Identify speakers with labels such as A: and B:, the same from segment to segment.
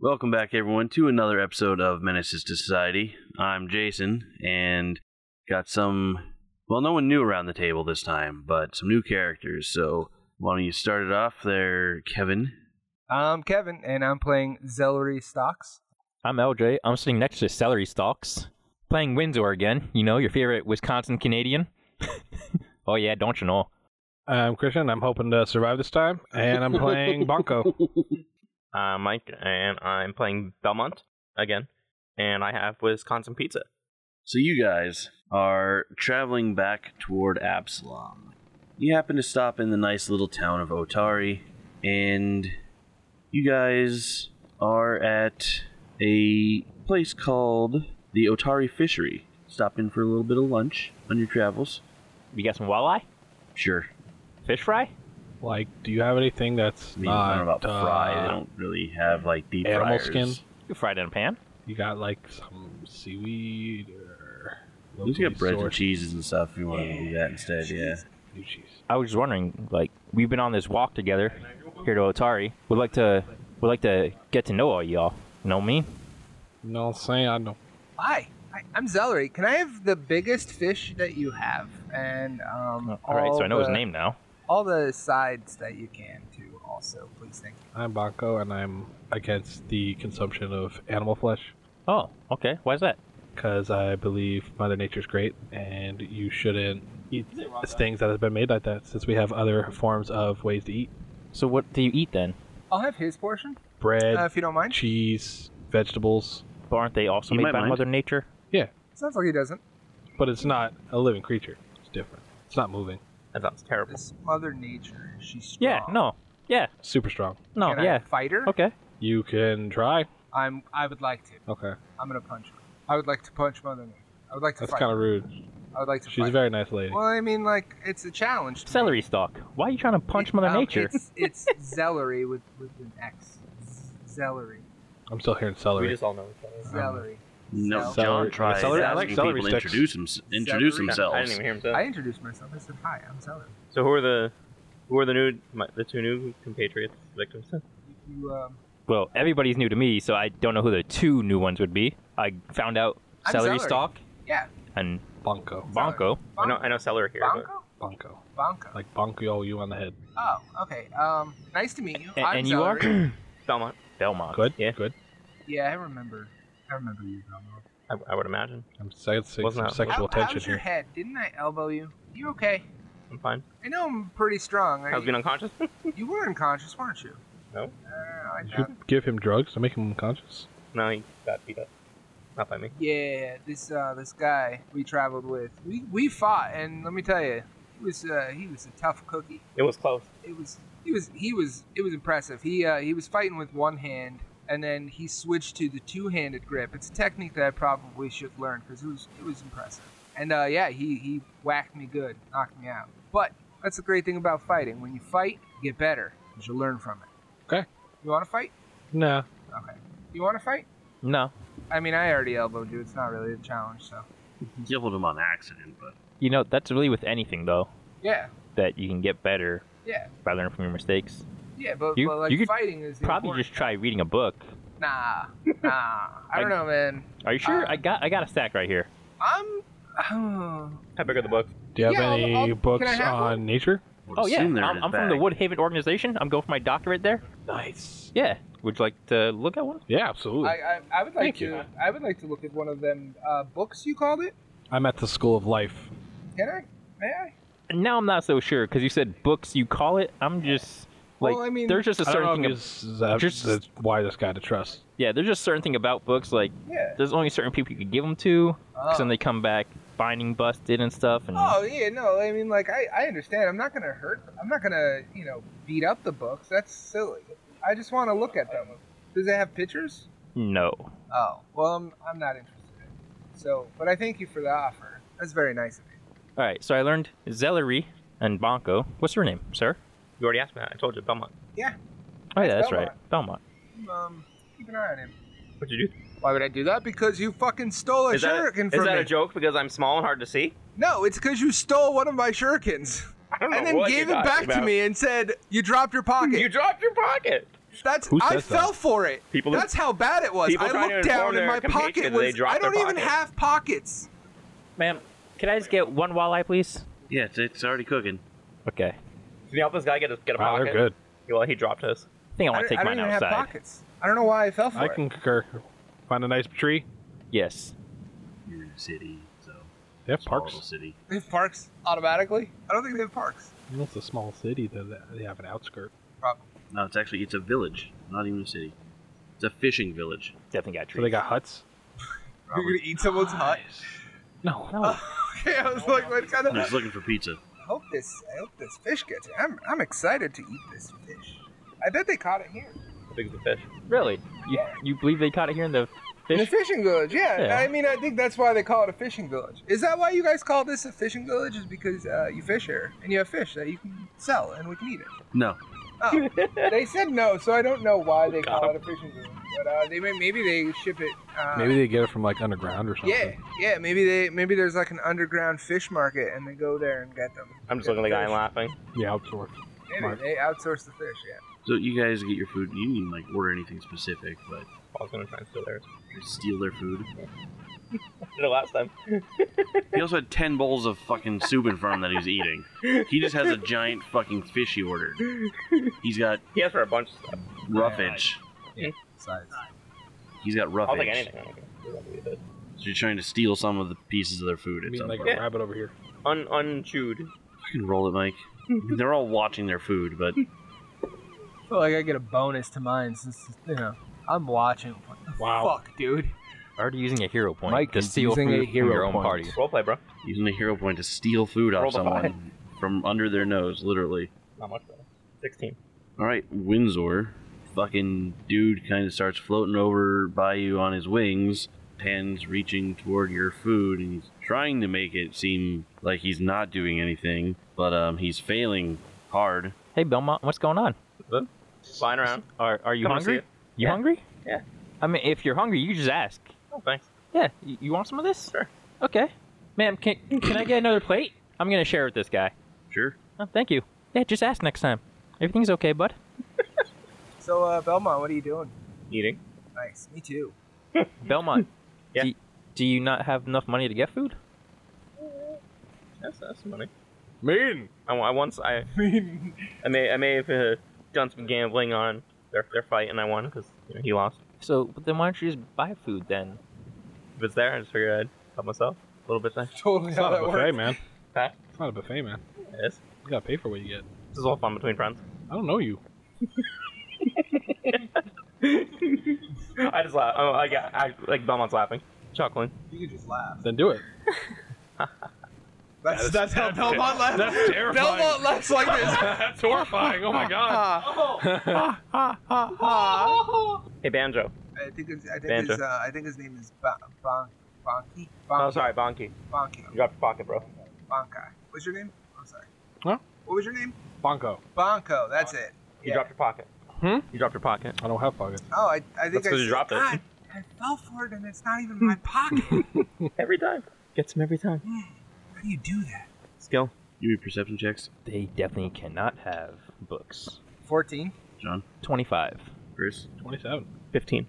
A: Welcome back, everyone, to another episode of Menaces to Society. I'm Jason, and got some, well, no one new around the table this time, but some new characters. So, why don't you start it off there, Kevin?
B: I'm Kevin, and I'm playing Celery Stocks.
C: I'm LJ. I'm sitting next to Celery Stalks, playing Windsor again. You know, your favorite Wisconsin Canadian. oh, yeah, don't you know?
D: I'm Christian. I'm hoping to survive this time, and I'm playing Bonko.
E: I'm Uh, Mike, and I'm playing Belmont again, and I have Wisconsin Pizza.
A: So, you guys are traveling back toward Absalom. You happen to stop in the nice little town of Otari, and you guys are at a place called the Otari Fishery. Stopped in for a little bit of lunch on your travels.
C: You got some walleye?
A: Sure.
C: Fish fry?
D: Like, do you have anything that's
A: I mean, I don't
D: not
A: know about
D: uh,
A: fry. They don't really have like deep
D: animal
A: fryers.
D: skin?
C: You fried in a pan?
D: You got like some seaweed or
A: You just got
D: locally
A: breads and
D: sourced
A: cheeses and stuff if you want to do that instead. Yeah.
D: blue cheese.
C: I was just wondering, like, we've been on this walk together here to Otari. We'd like to, would like to get to know all y'all. Know me?
D: No, I'm saying I don't.
B: Hi, Hi, I'm Celery. Can I have the biggest fish that you have, and um,
C: Oh, all right, so I know his
B: the-
C: name now.
B: All the sides that you can too. Also, please thank you.
D: I'm Bonko, and I'm against the consumption of animal flesh
C: Oh, okay. Why is that?
D: because I believe Mother Nature's great, and you shouldn't eat things that have been made like that. Since we have other forms of ways to eat
C: So what do you eat then?
B: I'll have his portion
D: bread,
B: uh, if you don't mind.
D: cheese, vegetables.
C: But aren't they also
A: You might
C: made by
A: mind.
C: Mother Nature?
B: Sounds like he doesn't.
D: but it's not a living creature. It's different. It's not moving.
E: That sounds terrible.
B: This Mother Nature, she's strong.
C: Yeah, no. Yeah,
D: Super strong.
C: no,
B: Can I
C: yeah.
B: fight her?
C: Okay.
D: You can try.
B: I'm. I would like to.
D: Okay,
B: I'm gonna punch her. I would like to punch Mother Nature. I would like to
D: that's
B: fight.
D: kind of rude.
B: I would like to
D: She's a
B: fight.
D: very nice lady.
B: Well, I mean, like it's a challenge. To me.
C: Celery stalk. Why are you trying to punch
B: It-
C: Mother
B: um,
C: Nature?
B: It's, it's celery with with an X. Celery.
D: I'm still hearing
E: We
D: celery.
E: just all know each other.
B: Celery.
A: No, John
B: Celery.
D: Celery-
A: tries
D: celery- I
A: asking
D: like
A: people
D: celery
A: to
D: sticks.
A: introduce, them, introduce
B: Celery-
A: themselves.
E: I didn't even hear him say.
B: I
E: that.
B: introduced myself. I said, "Hi, I'm Celery."
E: So who are the who are the new my, the two new compatriots victims?
B: You, um,
C: well, everybody's new to me, so I don't know who the two new ones would be. I found out
B: I'm celery.
C: celery, stalk
B: yeah.
C: and
D: Bonko,
C: bonko.
E: I know I know Celery here. But
B: Bonko.
D: bonko,
B: Bonko.
D: like bonko you on the head.
B: Oh, okay. Um, nice to meet you.
C: A-
B: I'm
C: and you are?
B: Celery.
E: Belmont,
C: Belmont.
D: Good,
E: Yeah.
D: good.
B: Yeah, I remember. I remember you, Belmont.
E: I, I would imagine.
D: I'm sensing
E: Wasn't
D: some
E: that-
D: sexual
B: How,
D: tension
B: how's your
D: here.
B: head? Didn't I elbow you? You okay?
E: I'm fine.
B: I know I'm pretty strong.
E: I was
B: Are
E: being unconscious.
B: you, you were unconscious, weren't you?
E: No.
B: Uh, I
D: Did
B: thought-
D: you give him drugs to make him unconscious?
E: no, he got beat up. Not by me.
B: Yeah, this uh, this guy we traveled with, we, we fought, and let me tell you, he was uh, he was a tough cookie.
E: It was close.
B: It was he was he was it was impressive. He uh, he was fighting with one hand, and then he switched to the two-handed grip. It's a technique that I probably should learn because it was it was impressive. And uh, yeah, he he whacked me good, knocked me out. But that's the great thing about fighting. When you fight, you get better. 'cause You learn from it.
D: Okay.
B: You want to fight?
D: Nah.
B: Okay. You want to fight?
C: No.
B: I mean, I already elbowed you. It's not really a challenge, so.
A: Yelled him on accident, but
C: You know, that's really with anything though,
B: Yeah.
C: that you can get better
B: Yeah,
C: by learning from your mistakes.
B: yeah, but,
C: You-
B: but like
C: you could
B: fighting is the
C: Probably
B: important-
C: just try reading a book.
B: nah, nah. I don't know, man.
C: Are you sure?
B: Uh,
C: I got I got a stack right here.
B: I'm. Oh,
E: How big are the books?
D: Do you have
B: Yeah, I'll-
D: any
B: I'll- can I
D: books
B: have
D: on
B: one?
D: nature?
A: I would
C: Oh yeah,
A: assume
C: I'm,
A: they're in his
C: I'm from the
A: bag.
C: Woodhaven organization. I'm going for my doctorate there.
D: Nice.
C: Yeah. Would you like to look at one?
D: Yeah,
B: I,
D: absolutely. I,
B: I, I would like
D: Thank
B: to.
D: you.
B: I would like to look at one of them uh, books you called it.
D: am at the School of Life.
B: Can I? May I?
C: Now I'm not so sure because you said books. You call it. I'm just like
B: Well, I mean-
C: there's just a
D: I
C: certain
D: don't
C: thing.
D: know
C: ab-
D: if this is that,
C: Just-
D: that's why this guy to trust.
C: yeah, there's just certain thing about books like
B: Yeah.
C: there's only certain people you could give them to. Cause
B: Oh.
C: then they come back binding busted and stuff. And
B: Oh yeah, no. I mean, like I, I understand. I'm not gonna hurt. I'm not gonna you know beat up the books. That's silly. I just want to look at them. Does it have pictures?
C: no,
B: Oh well, I'm, I'm not interested. So, but I thank you for the offer. That's very nice of you.
C: all right. So I learned Zellery and Bonko. What's your name, sir?
E: You already asked me that. I told you Belmont.
C: Oh yeah,
B: That's
C: that's right, Belmont.
B: Um, keep an eye on him.
E: What'd you do?
B: Why would I do that? Because you fucking stole a
E: is that,
B: shuriken
E: is
B: from
E: that
B: me.
E: a joke because I'm small and hard to see?
B: No, it's because you stole one of my shurikens.
E: I don't know
B: and then
E: what
B: gave
E: you're
B: it
E: talking
B: back to
E: about.
B: me and said, "You dropped your pocket."
E: You dropped your pocket.
B: That's
D: Who
B: I
D: says that?
B: fell for it.
E: People-
B: That's how bad it was.
E: people
B: I
E: trying to
B: looked down
E: inform
B: and
E: their
B: my
E: compatriots
B: pocket
E: that they
B: was.
E: dropped
B: I don't
E: their
B: even
E: pocket.
B: have pockets.
C: Ma'am, can I just get one walleye, please?
A: Yeah, it's, it's already cooking.
C: Okay.
E: Can you help this guy get a get a
D: Wow,
E: pocket?
D: Ah, they're good.
E: Well, he dropped his.
C: I think I
B: I, don't-
C: want to take
B: I don't
C: mine
B: even
C: outside.
B: have pockets. I don't know why I fell for
D: I
B: it.
D: can concur. Find a nice tree.
C: Yes.
A: You're in a city, so
D: They have
A: small little
D: parks.
A: city.
B: They have parks automatically. I don't think they have parks.
D: It's a small city. Though that- they have an outskirt.
B: Probably.
A: No, it's actually it's a village, not even a city. It's a fishing village.
C: Definitely got trees.
D: So they got huts.
B: You're gonna eat someone's hut.
D: No,
C: No.
B: Okay, I was like, what kind
A: I'm
B: of?
A: just looking for pizza.
B: I hope this. I hope this fish gets. It. I'm. I'm excited to eat this fish. I bet they caught it here.
E: How big is the fish?
C: Really? You, you believe they caught it here in the
B: In the
C: fish?
B: fishing village, yeah.
C: Yeah.
B: I mean, I think that's why they call it a fishing village. Is that why you guys call this a fishing village? Is because uh, you fish here and you have fish that you can sell and we can eat it.
A: No,
B: Oh, they said no, so I don't know why they
E: Got
B: call it a fishing village. But uh, they may, maybe they ship it. Uh,
D: Maybe they get it from like underground or something.
B: Yeah, yeah. Maybe they maybe there's like an underground fish market and they go there and get them.
E: I'm just looking at the guy and laughing.
D: Yeah, outdoor.
B: Maybe they outsource the fish. Yeah.
A: so you guys get your food. You didn't like order anything specific, but
E: I was gonna try and steal theirs.
A: you steal their food.
E: Did it last time.
A: He also had ten bowls of fucking soup in front of him that he was eating. He just has a giant fucking fish he ordered. He's got
E: He asked for a bunch of stuff.
A: roughage.
B: Besides,
A: He's got roughage.
E: I'll take anything. I don't care.
A: So you're trying to steal some of the pieces of their food
D: I
A: at
D: mean,
A: some
D: like
A: point.
D: a rabbit over here.
E: Un unchewed.
A: Fucking roll it, Mike. I mean, They're all watching their food, but
B: I feel like I get a bonus to mine since you know I'm watching. What
D: Oh.
B: the
D: Wow.
B: fuck, dude?
C: Already using a hero point
D: Mike
C: to
D: is
C: steal
D: using
C: food
D: a hero
C: from your own
D: point.
C: party.
E: Roleplay, bro.
A: using a hero point to steal food
E: Roll
A: off
E: the
A: someone from under their nose, literally.
E: Not much better. 16.
A: All right, Windsor, fucking dude, kind of starts floating over by you on his wings, hands reaching toward your food, and he's trying to make it seem like he's not doing anything, but um, he's failing hard.
C: Hey, Belmont, what's going on?
E: Flying around.
C: Are, are you
E: Come and see
C: hungry?
E: it.
C: You
E: Yeah.
C: hungry?
E: Yeah.
C: I mean, if you're hungry, you just ask.
E: Oh, thanks.
C: Yeah. You, you want some of this?
E: Sure.
C: Okay. Ma'am, can, can I get another plate? I'm going to share with this guy.
A: Sure.
C: Oh, thank you. Yeah, just ask next time. Everything's okay, bud.
B: So uh, Belmont, what are you doing?
E: Eating.
B: Nice. Me too.
C: Belmont.
E: Yeah.
C: Do, do you not have enough money to get food?
E: That's, that's money.
D: Mean.
E: I, wa- I once I I may I may have uh, done some gambling on their, their fight and I won because you know, he lost.
C: So then why don't you just buy food then?
E: If it's there, I just figured I'd help myself a little bit. Nice.
B: Totally
D: It's
B: how
D: not a
B: that
D: buffet,
B: works.
D: man.
E: Huh?
D: It's not a buffet, man.
E: Yes.
D: You gotta pay for what you get.
E: This is all fun between friends.
D: I don't know you.
E: I just laugh. Oh, I got I, like Belmont's laughing, chuckling.
B: You can just laugh.
D: Then do it.
B: That's, that's how Belmont laughs.
D: That's terrifying.
B: Belmont laughs like this.
D: That's horrifying. Oh my god.
E: Hey Banjo.
B: I think it's, I think
E: Banjo.
B: his, uh, I think his name is ba- Bon Bonky
E: Oh,
B: Bonky
E: sorry, Bonky. You
B: Bonky
E: dropped your pocket, bro.
B: Bonkai. What's your name? I'm sorry.
D: Huh?
B: What was your name?
D: Bonko.
B: Bonko. That's it.
E: You
B: Yeah.
E: dropped your pocket.
D: Hmm?
E: You dropped your pocket.
D: I don't have pockets.
B: Oh, I, I think
E: That's
B: I
E: 'cause you
B: said-
E: dropped it.
B: God, I fell for it, and it's not even my pocket. How
E: Every time. Gets him every time.
B: do you do that?
E: Skill.
A: You read perception checks,
C: They definitely cannot have books.
B: Fourteen.
A: John.
C: 25.
A: Chris.
D: 27.
E: 15.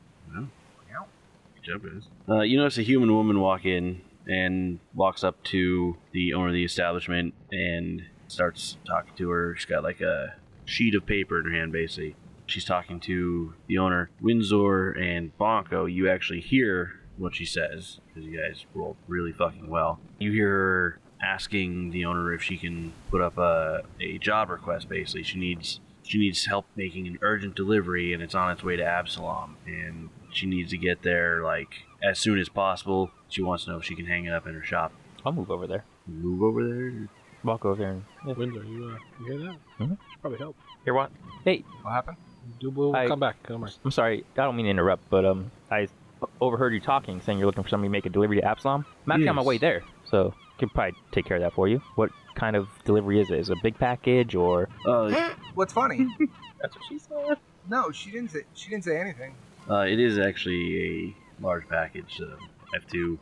A: Good job, guys. Uh, you notice a human woman walk in and walks up to the owner of the establishment and starts talking to her. She's got like a sheet of paper in her hand, basically. She's talking to the owner, Windsor and Bonko. You actually hear what she says because you guys rolled really fucking well. You hear her asking the owner if she can put up a, a job request. Basically, she needs she needs help making an urgent delivery and it's on its way to Absalom and she needs to get there like as soon as possible. She wants to know if she can hang it up in her shop.
C: I'll move over there.
A: Move over there.
C: Walk over there and.
D: Windsor, you, uh, you hear that?
C: Mhm.
D: Should probably help.
E: Hear what?
C: Hey,
B: What happened?
D: Do- We'll
C: I-
D: come back. Come back.
C: I'm sorry. I don't mean to interrupt, but um, I overheard you talking, saying you're looking for somebody to make a delivery to Absalom. I'm actually on my
A: Yes.
C: way there, so can probably take care of that for you. What kind of delivery is it? Is it a big package or?
A: Uh,
B: What's funny?
E: That's what she said.
B: no, she didn't say. She didn't say anything.
A: uh, it is actually a large package, so I have to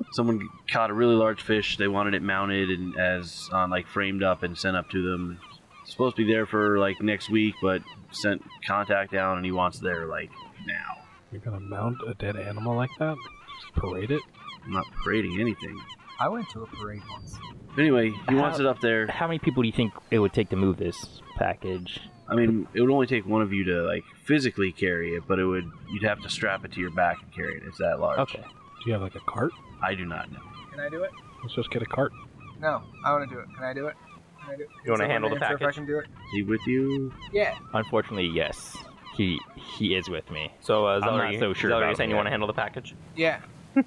A: uh, someone caught a really large fish. They wanted it mounted and as on like framed up and sent up to them. It's supposed to be there for like next week, but sent contact down and he wants it there like now.
D: You're gonna mount a dead animal like that? Just parade it?
A: I'm not parading anything.
B: I went to a parade once.
A: Anyway, he wants
C: How-
A: it up there.
C: How many people do you think it would take to move this package?
A: I mean, it would only take one of you to like physically carry it, but it would you'd have to strap it to your back and carry it. It's that large.
C: Okay.
D: Do you have like a cart?
A: I do not know.
B: Can I do it?
D: Let's just get a cart.
B: No, I want to do it. Can I do it? Can I do it?
E: You wanna
B: Someone
E: handle the
B: answer If I
E: package?
B: can do it.
A: Is he with you?
B: Yeah.
C: Unfortunately, yes. He he is with me.
E: So, uh,
C: I'm
E: Zeller,
C: not
E: you-
C: so sure
E: Zeller,
C: about
E: you're saying you
C: it.
E: want to handle the package?
B: Yeah.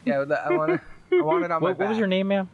B: Yeah. I would- I want to. I want it on my
C: What,
B: back.
C: what was your name, ma'am?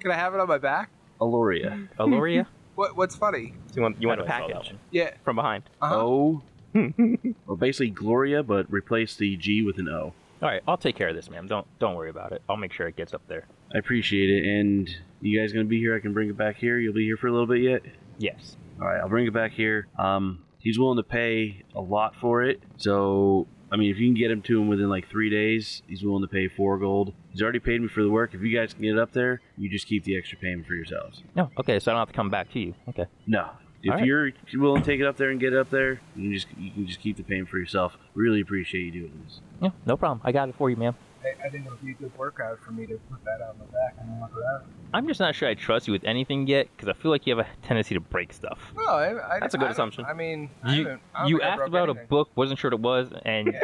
B: Can I have it on my back?
A: Aloria.
C: Aloria.
B: What What's funny?
E: So you want you want
C: How
E: a
C: do I solve that
E: package
C: one?
B: Yeah.
E: from behind?
B: Uh-huh.
A: O.
C: Hmm.
A: well, basically Gloria, but replace the G with an O.
C: All right, I'll take care of this, ma'am. Don't don't worry about it. I'll make sure it gets up there.
A: I appreciate it. And you guys gonna be here? I can bring it back here. You'll be here for a little bit yet.
C: Yes.
A: All right, I'll bring it back here. Um, he's willing to pay a lot for it. So, I mean, if you can get him to him within like three days, he's willing to pay four gold. He's already paid me for the work. If you guys can get it up there, you just keep the extra payment for yourselves.
C: No. Okay, so I don't have to come back to you. Okay.
A: No. If
C: All right.
A: you're willing to take it up there and get it up there, you can just you can just keep the payment for yourself. Really appreciate you doing this.
C: Yeah, no problem. I got it for you, ma'am.
B: I, I think it would be a good workout for me to put that on my back and walk around.
C: I'm just not sure I trust you with anything yet, because I feel like you have a tendency to break stuff.
B: No, I, I,
E: That's a
B: I
E: good
B: don't-
E: assumption.
B: I mean, I
C: You
B: haven't- I don't
C: you
B: think I
C: asked
B: broke
C: about a
B: anything.
C: book, wasn't sure what it was, and
B: Yeah.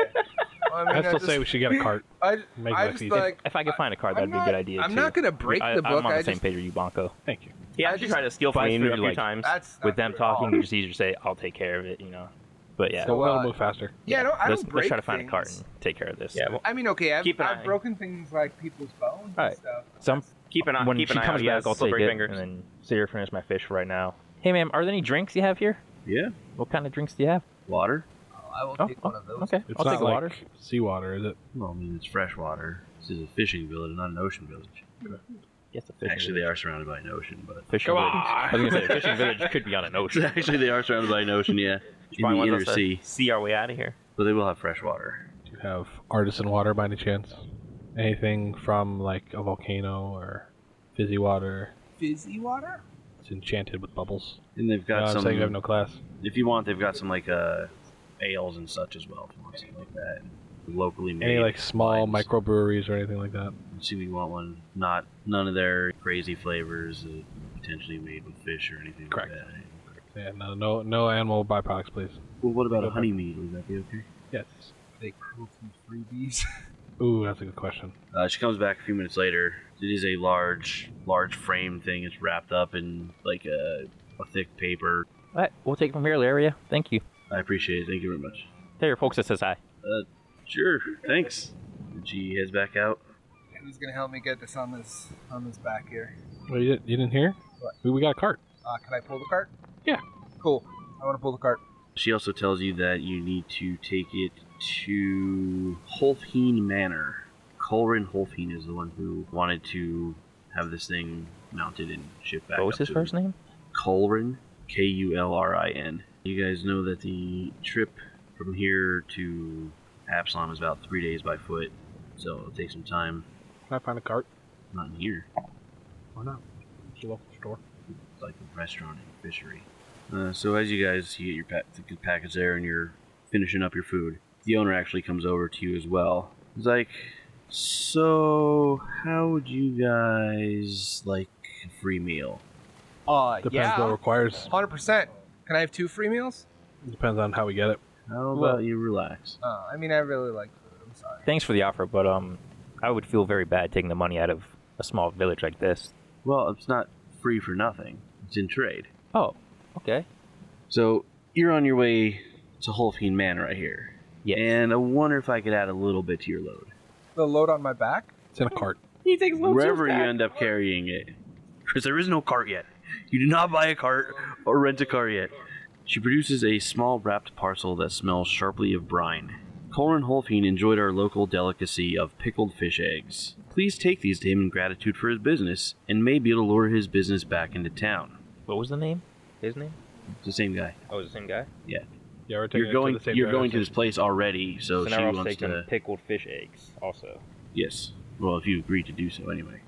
B: Well, I, mean,
D: I still
B: just,
D: say we should get a cart.
B: I,
D: Make
B: I
D: life
B: just
D: easy.
B: like.
C: if I could find a card, that'd
B: I'm
C: be a
B: not-
C: good idea.
B: I'm
C: too.
B: not gonna break
C: I,
B: the book.
C: I'm on the
B: I
C: same
B: just- Oh,
C: page as you, Bonko.
D: Thank you.
E: He
B: I
E: actually
B: just-
E: tried to steal
C: Fly
E: from me a
C: through,
E: few
C: like-
E: times.
B: That's not
C: With them
B: true at all.
C: talking, it's easier to say, "I'll take care of it," you know. But yeah,
D: So
B: oh. So,
D: that'll
B: uh,
D: move faster.
B: Yeah, no, I
C: let's,
B: don't break
C: let's try to find a cart
B: things.
C: and take care of this.
E: Yeah, well,
B: I mean, okay, I've,
E: Keep an
B: I've
E: eye.
B: broken things like people's bones
C: Alright.
B: and stuff.
C: some
E: keep an eye.
C: when
E: keep
C: she
E: an eye
C: comes
E: out. He
C: back,
E: has
C: I'll take
E: slippery
C: it
E: finish.
C: and then sit here finish my fish for right now. Hey, ma'am, are there any drinks you have here?
A: Yeah.
C: What kind of drinks do you have?
A: Water.
B: I will
C: Oh,
B: take
C: oh,
B: one of those.
C: okay.
D: It's
C: I'll
D: not
C: take a
D: like
C: water.
D: seawater, is it?
A: Well, I mean, it's fresh water. This is a fishing village, not an ocean village.
C: Yes, a fishing
A: Actually, they
C: village.
A: are surrounded by an ocean, but
C: Fishing
D: Come
C: village.
D: on.
C: I was gonna say a fishing village could be on an ocean.
A: actually they are surrounded by an ocean. Yeah, in
E: Probably
A: the
E: wants
A: inner
E: us to
A: sea,
E: See our way out of here.
A: but they will have fresh water.
D: Do you have artisan water by any chance? Anything from like a volcano or fizzy water?
B: Fizzy water?
D: It's enchanted with bubbles.
A: And they've
D: No,
A: got
D: I'm
A: some.
D: saying you have no class.
A: If you want, they've got some like uh, ales and such as well, if you want something like that. Locally made.
D: Any like small
A: wines.
D: microbreweries or anything like that?
A: See, we want one. Not none of their crazy flavors, uh, potentially made with fish or anything
D: Correct.
A: like that.
D: Yeah, no, no, no animal byproducts, please.
A: Well, what about a
D: Okay.
A: honey mead? Would that be okay?
D: Yes.
B: Are they cruelty freebies?
D: Ooh, that's a good question.
A: Uh, she comes back a few minutes later. It is a large, large frame thing. It's wrapped up in like a, a thick paper.
C: All right, we'll take it from here, Laria. Thank you.
A: I appreciate it. Thank you very much.
C: There, your folks that says hi.
A: Sure. Thanks. She heads back out.
B: Who's gonna help me get this on this on this back here?
D: Well, you, didn't- you didn't hear?
B: What?
D: We, we got a cart.
B: Uh, can I pull the cart?
D: Yeah.
B: Cool. I want to pull the cart.
A: She also tells you that you need to take it to Holfheen Manor. Colrin Holfheen is the one who wanted to have this thing mounted and shipped back.
C: What was
A: up
C: his
A: to
C: first name?
A: Colrin, K U L R I N. You guys know that the trip from here to Absalom is about three days by foot, so it'll take some time.
D: Can I find a cart?
A: Not in here,
D: Why not? It's a local store.
A: it's like a restaurant and fishery. Uh, so as you guys you get your pa- the package there and you're finishing up your food, the owner actually comes over to you as well. He's like, "So how would you guys like a free meal?"
B: Uh,
D: Depends what
B: yeah.
D: requires.
B: Hundred percent. Can I have two free meals?
D: Depends on how we get it.
A: How about
C: Well-
A: you relax?
B: Uh, I mean, I really like food. I'm sorry.
C: Thanks for the offer, but um, I would feel very bad taking the money out of a small village like this.
A: Well, it's not free for nothing. It's in trade.
C: Oh, okay.
A: So you're on your way to Holfheen Manor right here.
C: Yes.
A: And I wonder if I could add a little bit to your load.
B: The load on my back.
D: It's in a cart.
E: He takes
A: Wherever you end up carrying it. Because there is no cart yet. You did not buy a cart or rent a car yet. She produces a small wrapped parcel that smells sharply of brine. Colin Holfeen enjoyed our local delicacy of pickled fish eggs. Please take these to him in gratitude for his business, and maybe it'll lure his business back into town.
C: What was the name? His name?
A: It's the same guy.
C: Oh, it was the same guy.
D: Yeah, we're taking
A: You're
D: it
A: going.
D: To the same
A: you're going to
D: direction.
A: this place already, so, she
C: now we're also
A: wants
C: taking
A: to.
C: pickled fish eggs also.
A: Yes. Well, if you agree to do so anyway.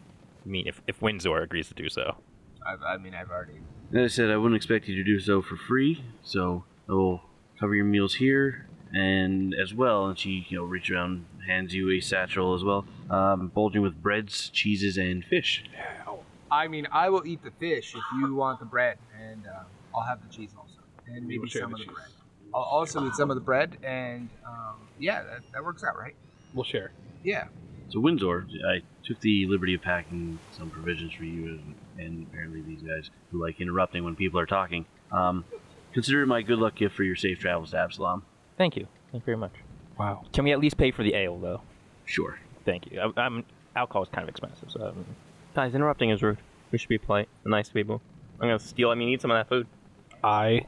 C: I mean, if, if Windsor agrees to do so.
B: I, I mean, I've already.
A: As I said, I wouldn't expect you to do so for free, so I will cover your meals here and as well. And she, you know, reaches around, hands you a satchel as well, um, bulging with breads, cheeses, and fish.
B: I mean, I will eat the fish if you want the bread, and uh, I'll have the cheese also, and
D: We will
B: maybe
D: share
B: some
D: the
B: of the
D: cheese.
B: bread. I'll also eat some of the bread, and um, yeah, that, that works out, right?
D: We'll share.
B: Yeah.
A: So Windsor, I took the liberty of packing some provisions for you, and, and apparently these guys who like interrupting when people are talking. Um, consider it my good luck gift for your safe travels to Absalom.
C: Thank you. Thank you very much.
D: Wow.
C: Can we at least pay for the ale, though?
A: Sure.
C: Thank you. I, I'm alcohol is kind of expensive, so um,
E: Guys, interrupting is rude. We should be polite and nice to people. I'm gonna steal. I mean, eat some of that food.
D: I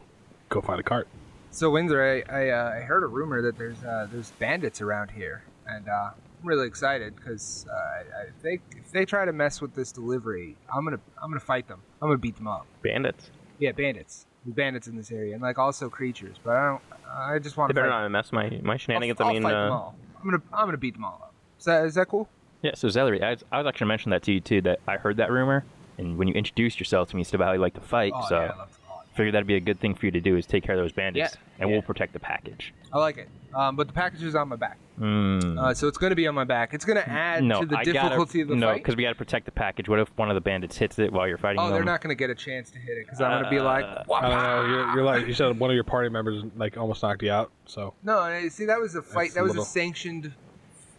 D: go find a cart.
B: So Windsor, I I, uh, I heard a rumor that there's uh, there's bandits around here, and uh, I'm really excited because uh, I- I- if they if they try to mess with this delivery, I'm gonna I'm gonna fight them. I'm gonna beat them up.
E: Bandits.
B: Yeah, bandits. There's bandits in this area, and like also creatures. But I don't. I just want
E: They
B: to.
E: better not mess my my shenanigans.
B: I'll,
E: I
B: I'll
E: mean,
B: fight them
E: uh,
B: all. I'm gonna I'm gonna beat them all up. Is that is that cool?
C: Yeah, so Zellery, I was, I was actually gonna mention that to you too. That I heard that rumor, and when you introduced yourself to me, you said how you like to fight.
B: Oh,
C: so
B: yeah, I
E: uh.
B: love them all.
C: figured that'd be a good thing for you to do is take care of those bandits,
B: Yeah,
C: and
B: yeah.
C: we'll protect the package.
B: I like it. Um, but the package is on my back,
C: Mm.
B: uh, so it's gonna be on my back. It's gonna add
C: no,
B: to the
C: I
B: difficulty
C: gotta,
B: of the
C: no,
B: fight.
C: because we gotta protect the package. What if one of the bandits hits it while you're fighting
B: Oh,
C: them?
B: they're not gonna get a chance to hit it because I'm gonna be like,
C: Uh,
D: I don't know. You're, you're like you said. One of your party members like almost knocked you out. So
B: no. and See, that was a fight.
D: That's
B: That was
D: little.
B: a sanctioned.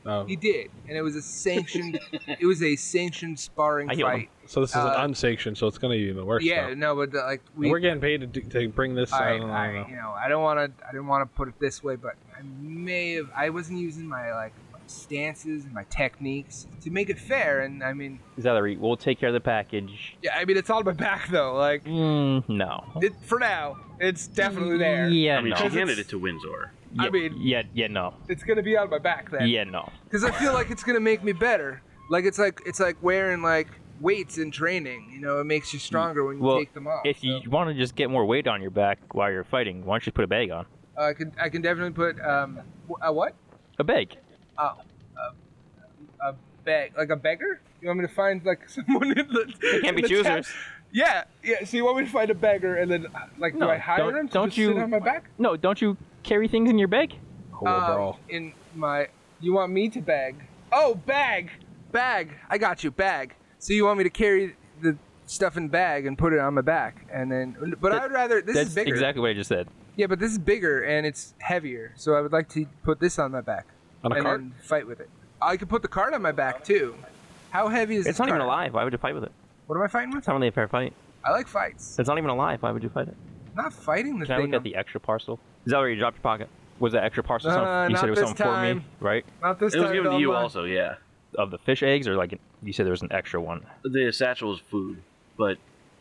D: um,
B: He did, and it was a sanctioned. it was a sanctioned sparring
C: I healed him.
B: fight.
D: so this is
B: uh,
D: an unsanctioned. So it's gonna be even worse.
B: Yeah,
D: though.
B: no, but uh, like
D: And
B: we
D: we're getting paid to, do, to bring this. I,
B: I,
D: don't know, I
B: I,
D: don't know.
B: you know, I don't want to. I didn't want to put it this way, but I may have. I wasn't using my like my stances and my techniques to make it fair. And I mean,
C: Zellery, we'll take care of the package.
B: yeah, I mean, it's on my back though. Like
C: Mm, no.
B: it, for now, it's definitely there.
C: Yeah,
A: I mean,
C: no.
A: she
B: Because
A: handed uh,
B: it's-
A: it to Windsor.
C: yeah,
B: I mean-
C: yeah, yeah, no.
B: It's gonna be on my back then.
C: Yeah, no.
B: Because I feel like it's gonna make me better. Like it's like it's like wearing like weights in training. You know, it makes you stronger when you
C: Well,
B: take them off.
C: If you want to just get more weight on your back while you're fighting, why don't you put a bag on?
B: so, uh, I can I can definitely put um wh- a what
C: A bag.
B: a beg like a beggar. You want me to find like someone in the
E: They can't
B: in
E: be
B: the
E: choosers.
B: town? Yeah, yeah. So you want me to find a beggar and then uh, like do
C: No,
B: I hire
C: don't-
B: him to
C: don't
B: just
C: you-
B: sit on my back?
C: No, don't you carry things in your bag?
D: Whole brawl.
B: Um, in my you want me to bag? Oh, bag, bag. I got you, bag. So you want me to carry the stuff in bag and put it on my back and then but I
C: That-
B: would rather this
C: That's
B: is bigger.
C: exactly what I just said.
B: Yeah, but this is bigger and it's heavier. So I would like to put this on my back
D: On a
B: and
D: cart?
B: then fight with it. I could put the card on my back too. How heavy is
E: It's
B: this
E: not even
B: card?
E: alive. Why would you fight with it?
B: What am I fighting with?
E: It's not really a fair fight.
B: I like fights.
E: It's not even alive. Why would you fight it?
B: not fighting the
C: Can I
B: thing.
C: look at
B: I'm-
C: the extra parcel?
E: Zellery, you dropped your pocket.
C: Was that extra parcel
B: No,
C: something?
B: no,
C: you said
B: Uh, not
C: it was
B: this
C: something for me,
B: time.
C: right?
B: Not this
A: It was
B: time,
A: given to you
B: Velma.
A: also, yeah.
C: Of the fish eggs, or like you said there was an extra one?
A: The satchel is food, but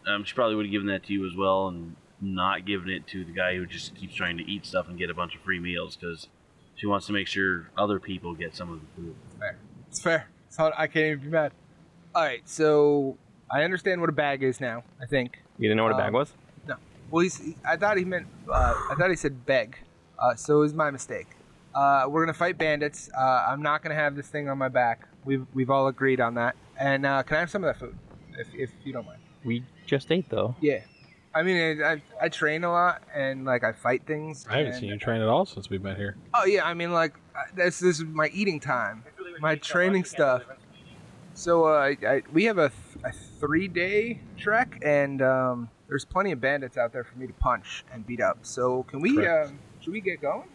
A: um, she probably would have given that to you as well and not given it to the guy who just keeps trying to eat stuff and get a bunch of free meals because she wants to make sure other people get some of the food.
B: It's fair. It's not, I can't even be mad. All right, so I understand what a bag is now. I think.
E: You didn't know what a
B: Um,
E: bag
C: Uh,
E: was?
B: Well, he's, he- I thought he meant. Uh, I thought he said beg. Uh, so it was my mistake. Uh, we're gonna fight bandits. Uh, I'm not gonna have this thing on my back. We've we've all agreed on that. And uh, can I have some of that food, if, if you don't mind?
C: We just ate though.
B: Yeah. I mean, I, I, I train a lot and like I fight things.
D: I haven't
B: and-
D: seen you train at all since we've been here.
B: Oh yeah, I mean like I- this, this is my eating time, my training stuff. So uh, I, I, we have a, th- a three day trek, and um, there's plenty of bandits out there for me to punch and beat up. So can we?
D: Correct.
B: Um, should we get going?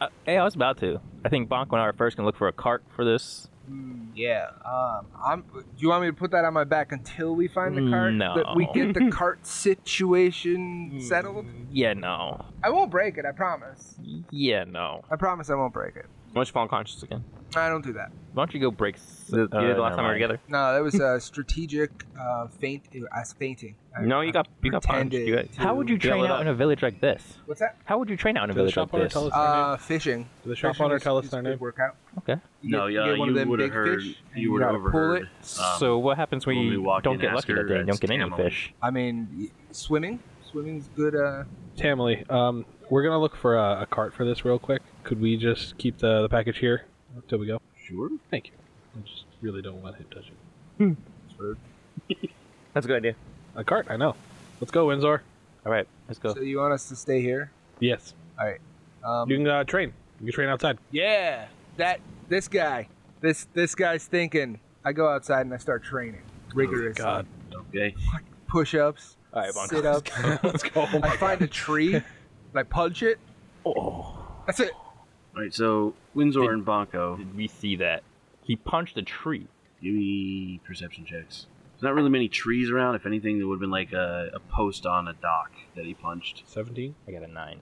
C: Uh, hey, I was about to. I think Bonk and I are first gonna look for a cart for this.
B: Mm, yeah. Um, I'm. Do you want me to put that on my back until we find the cart?
C: No.
B: That we get the cart situation Hmm. settled.
C: Yeah, no.
B: I won't break it. I promise.
C: Yeah, no.
B: I promise I won't break it.
E: Why don't you fall unconscious again?
B: I don't do that.
C: Why don't you go break? s-
E: You did
C: uh,
E: the last
C: never
E: time we were
C: mind.
E: together.
B: No, that was a strategic uh, feint. I was fainting. I-
E: No, you
B: I
E: got you got punched.
B: pretended
E: You got,
B: to-
C: How would you
E: Yeah,
C: train
E: what
C: out
E: up?
C: in a village like this?
B: What's that?
C: How would you train out in a
D: Did the
C: village
D: shop
C: like
D: owner
C: this?
D: tell us their name?
B: Uh, fishing.
D: Did the shop
B: Fishing
D: owner
B: is-
D: tell us
B: is
D: their
B: a
D: name?
B: good Workout.
C: Okay.
B: You
A: no,
B: get-
A: yeah,
B: get one of
A: you
B: them
A: would have
B: big
A: heard.
B: fish, and
A: you would have
B: gotta pull
A: overheard.
B: it.
A: um,
C: so what happens when
A: when we
C: you
A: walk
C: don't
A: in,
C: get
A: ask
C: lucky
A: her,
C: that day and
A: that's
C: don't get any
A: Tamil.
C: fish?
B: I mean, y- swimming. Swimming's good. Uh,
D: Tamily, um, we're gonna look for a, a cart for this real quick. Could we just keep the, the package here till we go?
A: Sure.
D: Thank you. I'll just really don't want him touching. It's rude.
E: That's a good idea.
D: A cart, I know. Let's go, Windsor.
E: All right, let's go.
B: So you want us to stay here?
D: Yes.
B: Um,
D: You can uh, train. You can train outside.
B: yeah, that this guy, this this guy's thinking. I go outside and I start training rigorously.
D: God.
A: Okay.
B: Push-ups,
E: All right, Oh Bonk.
B: sit-ups.
D: Let's go.
B: I find a tree and I punch it.
E: Oh,
B: That's it.
A: All right. So Windsor
E: Did-
A: and Bonko,
E: did we see that? He punched a tree.
A: give me perception checks. There's not really many trees around. If anything, there would have been like a, a post on a dock that he punched.
D: 17?
E: I got a nine.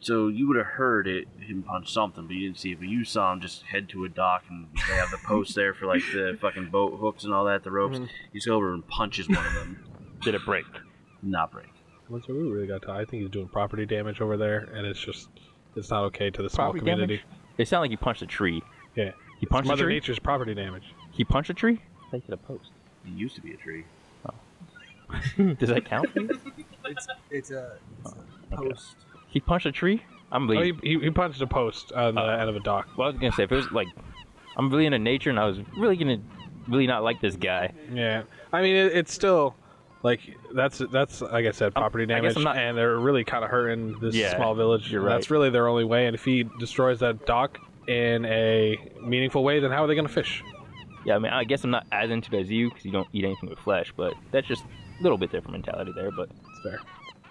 A: So you would have heard it him punch something, but you didn't see it. But you saw him just head to a dock, and they have the posts there for like the fucking boat hooks and all that, the ropes. He's over and punches one of them.
E: Did it break?
A: Not break.
D: Windsor, we really got to. I think he's doing property damage over there, and it's just, it's not okay to the small
C: Property
D: community.
E: It sounded like he punched a tree.
D: Yeah.
C: He
D: It's
C: punched a
D: Mother
C: tree.
D: Nature's property damage.
C: He punched a tree.
E: I think it a post.
A: It used to be a tree.
D: Hmm.
C: Does that count?
B: It's a,
E: Oh
B: it's a post.
C: he punched a tree. I'm
D: Oh,
C: bleeding.
D: he, he, he punched a post on the
C: Uh,
D: end of a dock.
C: Well, I was gonna say if it was like, I'm really into nature and I was really gonna really not like this guy.
D: Yeah, I mean it, it's still like that's that's like I said, property
C: Um, I guess
D: damage,
C: I'm not-
D: and they're really kind of hurting this
C: Yeah,
D: small village.
C: you're
D: That's really their only way. And if he destroys that dock in a meaningful way, then how are they going to fish?
C: Yeah, I mean, I guess I'm not as into it as you because you don't eat anything with flesh, but that's just a little bit different mentality there. But
D: It's fair.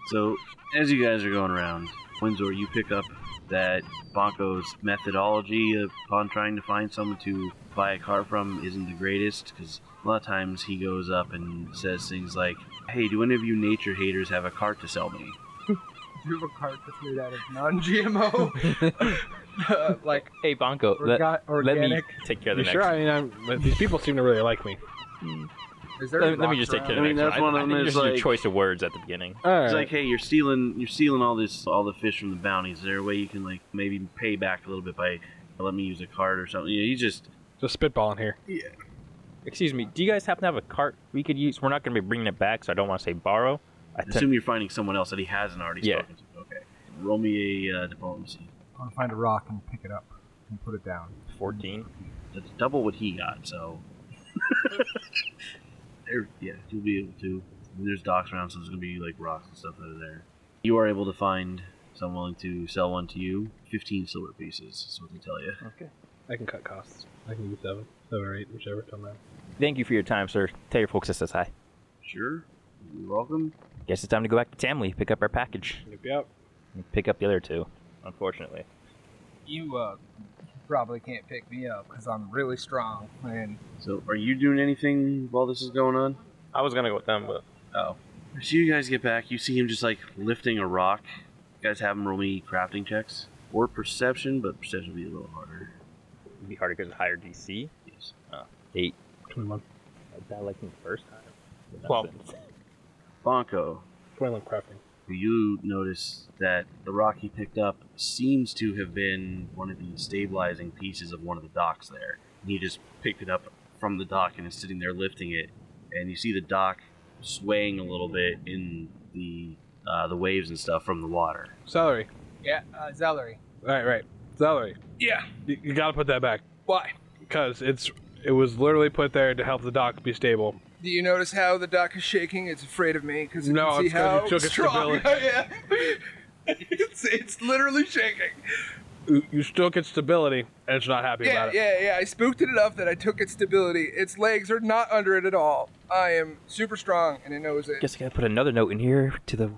A: So as you guys are going around, Windsor, you pick up that Bonko's methodology upon trying to find someone to buy a car from isn't the greatest because a lot of times he goes up and says things like, "Hey, do any of you nature haters have a cart to sell me?"
B: Do you have a cart that's made out of non-GMO, Uh, like
C: hey, Bonko, let,
B: orga-
C: let me
B: organic?
C: take care of
D: You
C: the
D: sure?
C: next.
D: I mean, I'm, but these people seem to really like me.
B: Is there
C: Let, let
B: rocks
C: me just take care
B: around?
A: I
C: of the
A: mean,
C: next.
A: that's
C: one.
A: one
C: I,
A: of
C: I
A: them
C: think
A: is
C: just your
A: like-
C: choice of words at the beginning.
D: All right.
A: It's like, hey, you're stealing, you're stealing all this, all the fish from the bounties. Is there a way you can like maybe pay back a little bit by let me use a card or something? Yeah, he's just
D: Just spitballing here.
C: Excuse me, do you guys happen to have a cart we could use? We're not gonna be bringing it back, so I don't want to say borrow. I
A: I
C: tend-
A: assume you're finding someone else that he hasn't already
C: Yeah.
A: spoken to. Okay, roll me a uh, diplomacy.
B: I want to find a rock and pick it up and put it down.
C: 14.
A: That's double what he got, so there, yeah, you'll be able to. And there's docks around, so there's gonna be like rocks and stuff that are there. You are able to find someone willing to sell one to you. Fifteen silver pieces is what they tell you.
D: I can cut costs. I can do seven, seven or eight, whichever. Don't matter.
C: Thank you for your time, sir. Tell your folks I says hi.
A: Sure, you're welcome.
C: Guess it's time to go back to Tamley, pick up our package,
D: Yep, yep.
C: and pick up the other two. Unfortunately,
B: You uh, probably can't pick me up because I'm really strong. And
A: So, are you doing anything while this is going on?
E: I was gonna go with them, but
A: Oh. So you guys get back, you see him just like lifting a rock. You guys have him roll me crafting checks or perception, but perception would be a little harder.
E: it'd be harder because it's higher DC.
A: Yes.
C: eight.
D: Twenty-one.
E: I died like him the first time.
C: Well-
A: Bonko,
D: Twenty-one crafting.
A: you notice that the rock he picked up seems to have been one of the stabilizing pieces of one of the docks there. And he just picked it up from the dock and is sitting there lifting it. And you see the dock swaying a little bit in the uh, the waves and stuff from the water.
D: Celery.
B: yeah, uh, Zellery.
D: Right, right. Celery.
B: Yeah.
D: You, you got to put that back
B: Why?
D: because it's it was literally put there to help the dock be stable.
B: Do you notice how the dock is shaking? It's afraid of me because can
D: No,
B: see
D: it's 'cause
B: how
D: you took its
B: strong
D: stability.
B: I am. it's, it's literally shaking.
D: you you still get stability and it's not happy
B: Yeah,
D: about it.
B: yeah, yeah. I spooked it enough that I took its stability. Its legs are not under it at all. I am super strong, and it knows it.
C: Guess I gotta put another note in here to the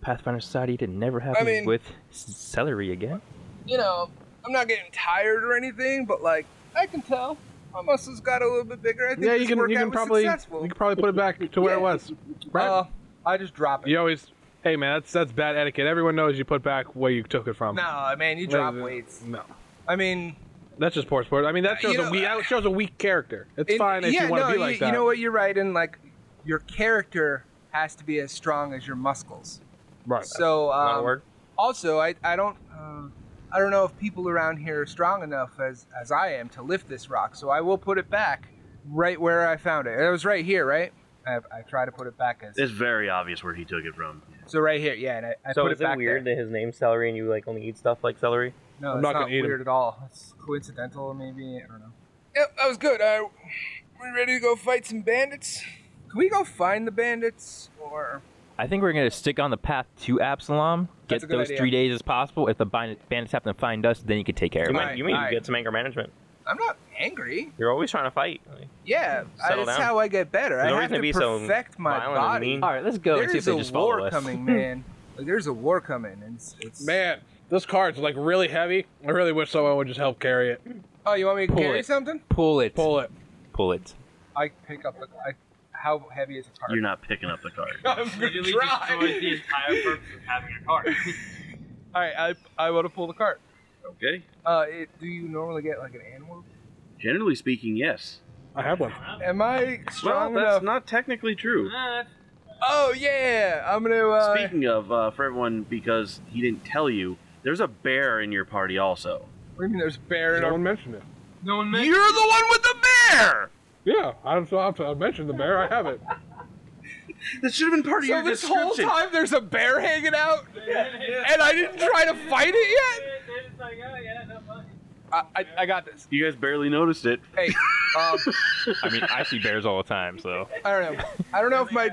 C: Pathfinder Society to never have
B: I
C: me
B: mean-
C: with c- celery again.
B: You know, I'm not getting tired or anything, but like I can tell my muscles got a little bit bigger. I think
D: Yeah,
B: this
D: you can you
B: workout
D: can
B: was
D: probably
B: successful.
D: you can probably put it back to where
B: Yeah.
D: it was. Right?
B: Uh, I just drop it.
D: you always hey man, that's that's bad etiquette. Everyone knows you put back where you took it from.
B: Nah, man, you
D: No,
B: drop
D: no,
B: weights.
D: No.
B: I mean,
D: That's just poor sport. I mean that
B: Uh,
D: shows
B: you know,
D: a weak that shows a weak character. It's
B: it-
D: fine if
B: yeah,
D: you want to
B: no,
D: be like
B: you,
D: that.
B: you know what? You're right, and like your character has to be as strong as your muscles.
D: Right.
B: So,
E: Not a
B: um,
E: word.
B: also, I, I don't uh, I don't know if people around here are strong enough as as I am to lift this rock. So I will put it back right where I found it. It was right here, right? I, I try to put it back as
A: It's very obvious where he took it from.
B: so right here. Yeah, and I, I
E: So
B: put
E: is
B: it
E: it
B: back
E: weird
B: there.
E: that his name's celery and you like only eat stuff like celery?
B: No,
D: I'm
B: it's
D: not
B: not,
D: gonna eat 'em.
B: weird at all. It's coincidental, maybe. I don't know. Yep, that was good. I We ready to go fight some bandits? Can we go find the bandits? Or
C: I think we're gonna stick on the path to Absalom.
B: That's a
C: get
B: good
C: those
B: idea.
C: three days as possible. If the bin- bandits happen to find us, then you can take care
E: You
C: of
E: mean,
C: it.
B: Alright,
E: you, mean you
B: alright.
E: get some anger management.
B: I'm not angry.
E: You're always trying to fight.
B: Yeah, I-
E: Settle
B: that's
E: down.
B: how I get better.
E: There's no
B: I have
E: reason
B: to
E: to be so
B: perfect my
E: violent and
B: body.
E: mean.
C: All right, let's go and see
B: There's
C: if they
B: a
C: just follow
B: war
C: us.
B: coming, man. Like, there's a war coming, and it's, it's
D: Man, this card's like really heavy. I really wish someone would just help carry it.
B: Oh, you want me to
C: Pull
B: carry
C: it.
B: something?
C: Pull it.
D: Pull it.
C: Pull it.
B: I pick up the. I, how heavy is a cart?
A: You're not picking up the card.
B: I'm gonna
F: Really
B: try.
F: destroys the entire purpose of having a cart.
B: All right, I I want to pull the cart.
A: Okay.
B: Uh, it, do you normally get like an animal?
A: Generally speaking, yes.
D: I have one.
B: Am I
A: Well,
B: strong
A: that's
B: enough?
A: not technically true.
F: Uh,
B: oh yeah, I'm gonna. Uh,
A: Speaking of, uh, for everyone, because he didn't tell you, there's a bear in your party also.
B: What do you mean? There's a bear in
D: No
B: our.
D: one mentioned it.
F: no one mentioned.
A: You're the one with the bear!
D: Yeah, I don't have to mention the bear. I have it.
A: That should have been part of
B: So
A: your
B: this whole
A: description.
B: time there's a bear hanging out, and I didn't try to fight it yet.
F: They're just like, oh yeah, not much.
B: I, I, I got this.
A: You guys barely noticed it.
B: Hey, um,
C: I mean, I see bears all the time, so
B: I don't know. I don't know if my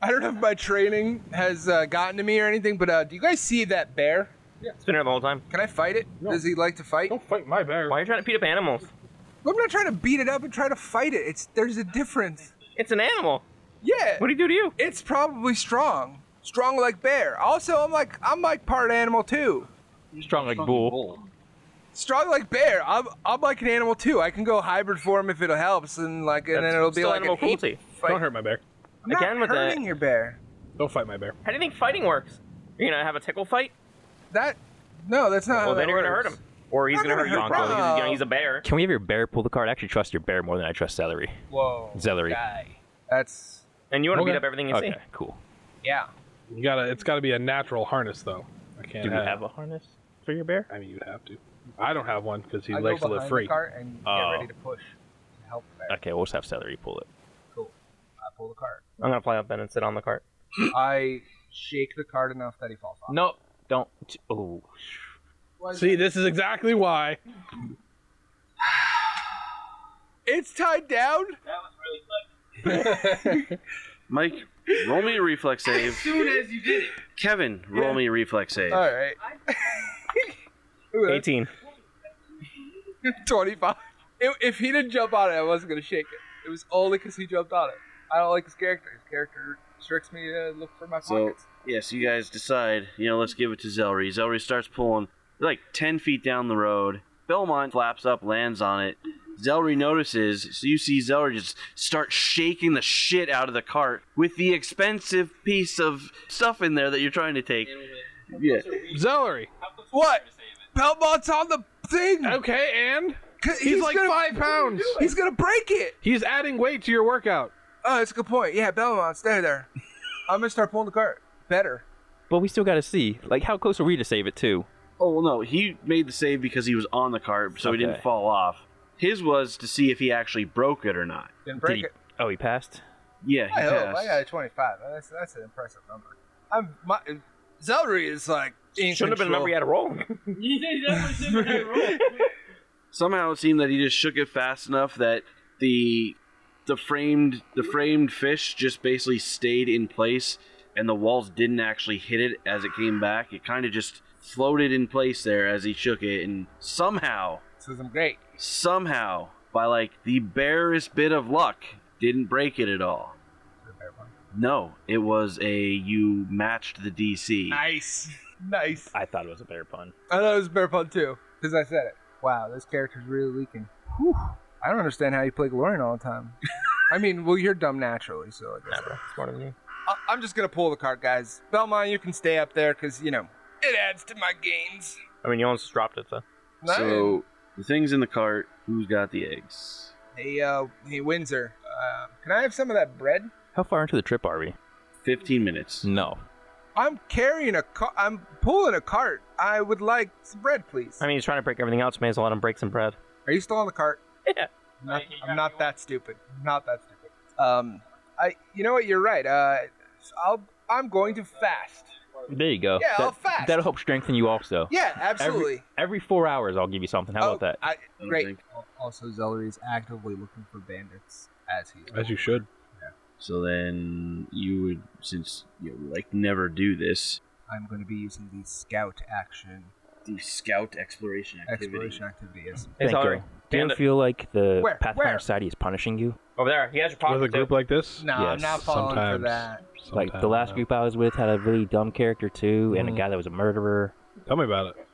B: I don't know if my training has uh, gotten to me or anything, but uh, do you guys see that bear?
E: It's been here the whole time.
B: Can I fight it?
D: No.
B: Does he like to fight?
D: Don't fight my bear.
E: Why are you trying to beat up animals?
B: I'm not trying to beat it up and try to fight it. It's there's a difference.
E: It's an animal.
B: Yeah,
E: What do you do to you?
B: it's probably strong, strong like bear. Also, I'm like I'm like part animal too.
C: strong like bull.
B: Strong like bear. I'm I'm like an animal too. I can go hybrid form if it helps, and like and
E: That's
B: then it'll be
E: still
B: like
E: animal
B: an ape
E: cruelty.
B: fight.
D: Don't hurt my bear.
B: I'm not
E: Again with that-
B: hurting your bear.
D: Don't fight my bear.
E: How do you think fighting works? You're gonna have a tickle fight?
B: That no, that's not. how
E: well,
B: that
E: then you're gonna hurt
B: Uh, works.
E: him, or he's
B: Not
E: gonna hurt
B: gonna
E: you
B: hurt
E: because he's, you know,
B: Bro.
E: he's a bear.
C: Can we have your bear pull the card? I actually trust your bear more than I trust celery.
B: Whoa.
C: Celery.
B: guy. That's
E: And you want to
D: Okay.
E: beat up everything you
C: Okay,
E: see.
C: cool.
B: yeah.
D: You gotta. It's gotta be a natural harness though. I can't
E: Do you
D: have.
E: have a harness for your bear?
D: I mean, you'd have to. I don't have one because he
B: I
D: likes
B: go
D: to
B: behind
D: live free.
B: The cart and get
C: Oh.
B: ready to push. and Help the bear.
C: Okay, we'll just have celery pull it.
B: I pull the cart.
E: I'm gonna fly up then and sit on the cart.
B: I shake the cart enough that he falls off.
C: No, don't. Oh,
D: See, this is exactly why.
B: It's tied down.
F: That was really clever.
A: Mike, roll me a reflex
F: As
A: save.
F: soon as you did it,
A: Kevin, roll me a reflex save.
B: All right. Ooh, that's
E: 18.
B: 25. If, if he didn't jump on it, I wasn't gonna shake it. It was only because he jumped on it. I don't like his character. His character tricks me to look for my
A: So,
B: pockets.
A: yes, you guys decide, you know, let's give it to Zelry. Zelry starts pulling like 10 feet down the road. Belmont flaps up, lands on it. Zelry notices, so you see Zelry just start shaking the shit out of the cart with the expensive piece of stuff in there that you're trying to take. Yeah.
D: Celery.
B: What? Belmont's on the thing.
D: Okay, and
B: 'Cause
D: he's, like
B: gonna-
D: five pounds.
B: He's gonna break it.
D: He's adding weight to your workout.
B: Oh, that's a good point. Yeah, Belmont's there. There. I'm gonna start pulling the cart. Better.
C: but we still gotta see. Like, how close are we to save it too?
A: Oh, well, no, he made the save because he was on the cart, so he
C: Okay.
A: didn't fall off. His was to see if he actually broke it or not.
B: Didn't
C: Did
B: break
C: he?
B: it.
C: Oh, he passed.
A: Yeah, he
B: I hope.
A: passed.
B: oh, I got a 25. That's that's an impressive number. I'm my Zelry is like in
E: Shouldn't have been a number you had to roll.
F: you did that was never gonna roll.
A: somehow it seemed that he just shook it fast enough that the the framed the framed fish just basically stayed in place and the walls didn't actually hit it as it came back it kind of just floated in place there as he shook it and somehow
B: This is great.
A: somehow by like the barest bit of luck didn't break it at all no it was a you matched the dc
B: Nice, nice.
C: I thought it was a bear pun.
B: I thought it was bear pun too because I said it. Wow, this character's really leaking. I don't understand how you play Glorian all the time. I mean, well, you're dumb naturally, so I guess.
E: Smarter than you.
B: I- I'm just gonna pull the cart, guys. Belmont, you can stay up there because you know it adds to my gains.
E: I mean, you almost dropped it, so.
A: so the thing's in the cart who's got the eggs
B: hey, uh, hey, Windsor, uh, can I have some of that bread?
C: How far into the trip are we?
A: 15 minutes
C: No.
B: I'm carrying a car. I'm pulling a cart. I would like some bread, please.
E: I mean, he's trying to break everything else. May as well let him break some bread.
B: Are you still on the cart?
E: Yeah.
B: I'm not, I'm not that stupid. I'm not that stupid. Um, I. You know what? You're right. Uh, I'll. I'm going to fast.
C: There you go.
B: Yeah,
C: that,
B: I'll fast.
C: That'll help strengthen you also.
B: Yeah,
C: Every,
B: absolutely.
C: every four hours, I'll give you something.
B: Oh,
C: How about that?
B: I,
A: I don't
B: great.
A: think-
B: Also, Celery is actively looking for bandits as he.
D: As you should.
A: So then you would, since you like never do this,
B: I'm going to be using the scout action
A: the scout exploration
B: exploration activity. Yes.
E: Hey,
C: Thank
E: sorry.
C: you. Do you
E: Bandit.
C: feel like the
B: Where?
C: Pathfinder
B: Where?
C: Society is punishing you?
E: Over there. He has your pocket.
D: With a group
E: too.
D: like this,
B: No, I'm
C: Yes,
B: not falling
D: sometimes,
B: for that.
C: like the last
D: sometimes,
C: group I was with had a really dumb character too, and a
D: Mm.
C: guy that was a murderer.
D: no. Tell me about it.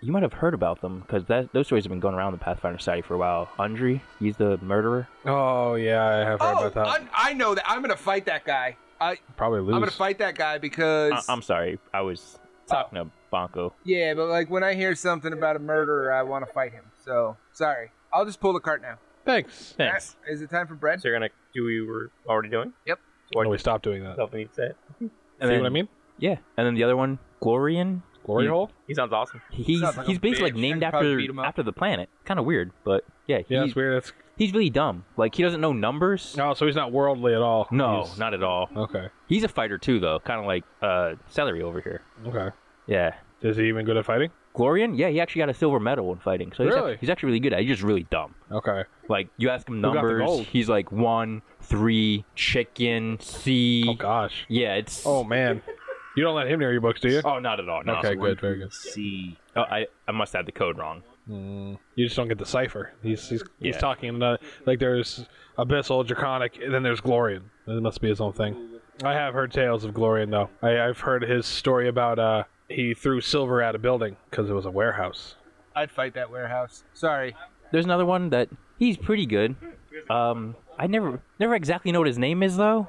C: You might have heard about them because those stories have been going around the Pathfinder Society for a while. Andri, he's the murderer.
D: Oh yeah, I have heard
B: Oh,
D: about that.
B: I, I know that. I'm going to fight that guy. I,
D: Probably lose.
B: I'm going to fight that guy because.
D: Uh,
C: I- am sorry, I was
B: Oh.
C: talking to Bonko.
B: Yeah, but like when I hear something about a murderer, I want to fight him. So sorry, I'll just pull the cart now.
D: Thanks.
C: Thanks.
B: Is it time for bread?
E: So you're gonna do what you were already doing.
B: Yep.
E: Or
D: No, we stop doing that.
E: something you said.
D: See
C: then,
D: what I mean?
C: Yeah, and then the other one, Glorian.
D: Glory
C: you-
D: hole.
E: He sounds awesome.
C: He's
B: Sounds like a
C: he's basically
B: bitch.
C: like named
B: I could probably
C: after
B: beat him up.
C: after the planet. Kind of weird, but yeah, he's,
D: Yeah, it's weird. It's
C: he's really dumb. Like he doesn't know numbers.
D: no, so he's not worldly at all.
C: No,
D: He's-
C: not at all.
D: Okay.
C: He's a fighter too, though. Kind of like uh, Celery over here.
D: Okay.
C: Yeah.
D: Is he even good at fighting?
C: Glorian, yeah, he actually got a silver medal in fighting. So he's,
D: Really?
C: act- he's actually really good at it. He's just really dumb.
D: Okay.
C: Like, you ask him
D: got the gold?
C: numbers, he's like one, three, chicken, C.
D: Oh gosh.
C: Yeah, it's.
D: Oh man. You don't let him near your books, do you?
C: Oh, not at all. No.
D: okay. Good. Very good.
A: See,
C: Oh, I, I must have the code wrong.
D: Mm, you just don't get the cipher. He's he's, he's
C: Yeah.
D: talking another, like there's abyssal, draconic, and then there's Glorian. It must be his own thing. I have heard tales of Glorian though. I, I've heard his story about uh he threw silver at a building because it was a warehouse.
B: I'd fight that warehouse. Sorry.
C: There's another one that he's pretty good. Um, I never never exactly know what his name is, though.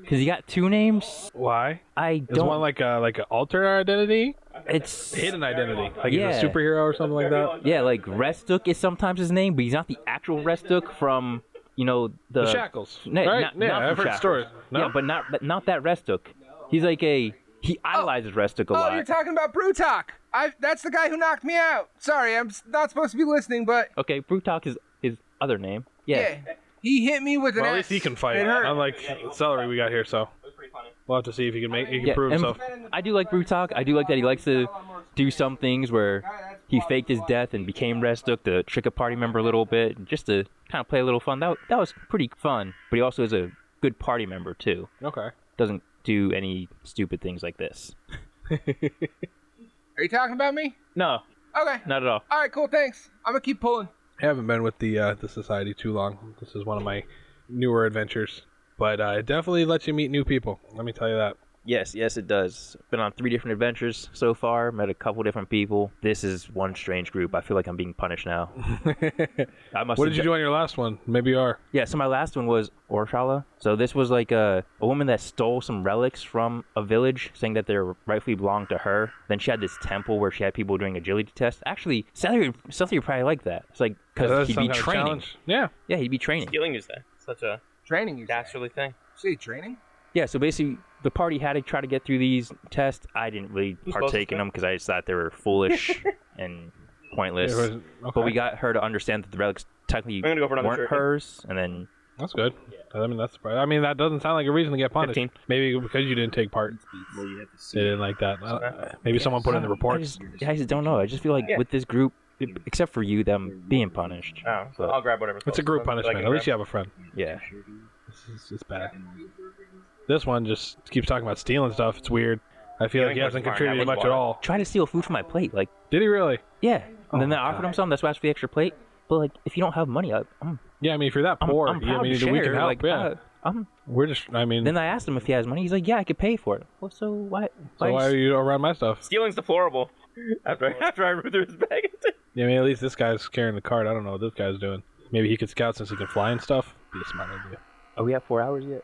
C: Because he got two names.
D: Why?
C: I
D: Is
C: don't.
D: one like a like an alter identity,
C: it's.
D: hidden identity, like
C: Yeah.
D: he's a superhero or something like that?
C: Yeah, like Restook is sometimes his name, but he's not the actual Restook from, you know, the.
D: The shackles,
C: No,
D: right?
C: not-
D: yeah,
C: not from
D: I've heard
C: shackles.
D: stories. No,
C: Yeah, but not but not that Restook. He's like a he idolizes Restook a
B: Oh,
C: lot.
B: you're talking about Brutok. I that's the guy who knocked me out. Sorry, I'm s- not supposed to be listening, but
C: okay, Brutok is his other name. Yeah.
B: yeah, he hit me with an.
D: well, at
B: axe.
D: least he can fight.
B: It hurt.
D: Unlike celery, we got here, so we'll have to see if he can make he can
C: Yeah,
D: prove
C: and
D: himself.
C: I do like Brutok. I do like that he likes to do some things where he faked his death and became Restook to trick a party member a little bit, and just to kind of play a little fun. That that was pretty fun. But he also is a good party member too.
D: Okay.
C: Doesn't do any stupid things like this.
B: Are you talking about me?
C: No,
B: Okay.
C: not at all.
B: All right. Cool. Thanks. I'm gonna keep pulling.
D: I haven't been with the uh, the society too long. This is one of my newer adventures, but uh, it definitely lets you meet new people. Let me tell you that.
C: Yes, yes, it does. Been on three different adventures so far, met a couple different people. This is one strange group. I feel like I'm being punished now. I must
D: what
C: have
D: did you
C: d-
D: do on your last one? Maybe you are.
C: Yeah, so my last one was Orshala. So this was like a, a woman that stole some relics from a village, saying that they rightfully belonged to her. Then she had this temple where she had people doing agility tests. Actually, Celery, Celery would probably like that. It's like, because
D: That's
C: he'd
D: some
C: be
D: kind of
C: training.
D: challenge. Yeah.
C: Yeah, he'd be training.
E: Healing is that such a
B: Training you. say.
E: dastardly thing.
B: See, training.
C: Yeah, so basically, the party had to try to get through these tests. I didn't really
E: Who's supposed
C: partake
E: to?
C: in them because I just thought they were foolish and pointless.
D: It was- okay.
C: But we got her to understand that the relics technically
E: I'm gonna go for another
C: weren't
E: shirt.
C: hers, and then
D: That's good. I mean, that's. I mean, that doesn't sound like a reason to get punished.
C: 15.
D: Maybe because you didn't take part.
A: well, you have to
D: They
A: see.
D: didn't like that. Uh, maybe someone put in the
C: Um, I
D: reports.
C: just, I just don't know. I just feel like
E: Yeah.
C: with this group, except for you, them being punished.
E: Oh, so
C: But-
E: I'll grab whatever.
D: It's a group punishment. At least you have a friend.
C: Yeah,
D: This is it's bad. This one just keeps talking about stealing stuff. It's weird. I feel like he
E: Stealing
D: hasn't
E: was fine. I
D: contributed
E: was
D: much at
E: wild.
D: all.
C: try to steal food from my plate. Like,
D: Did he really?
C: yeah. And then I offered
D: Oh God.
C: him some. That's why I asked for the extra plate. But like, if you don't have money, I, I'm
D: Yeah, I mean, if you're that
C: I'm,
D: poor,
C: I'm
D: yeah,
C: proud
D: I mean,
C: to share.
D: we can help.
C: like,
D: yeah,
C: uh, I'm
D: we're just. I mean,
C: Then I asked him if he has money. He's like, "Yeah, I could pay for it." Well, so why?
D: so why are you around my stuff?
E: uh, Stealing's deplorable. After after I root through his bag.
D: Yeah, I mean, at least this guy's carrying the card. I don't know what this guy's doing. Maybe he could scout since he can fly and stuff. Be a smart idea.
C: Are we at four hours yet?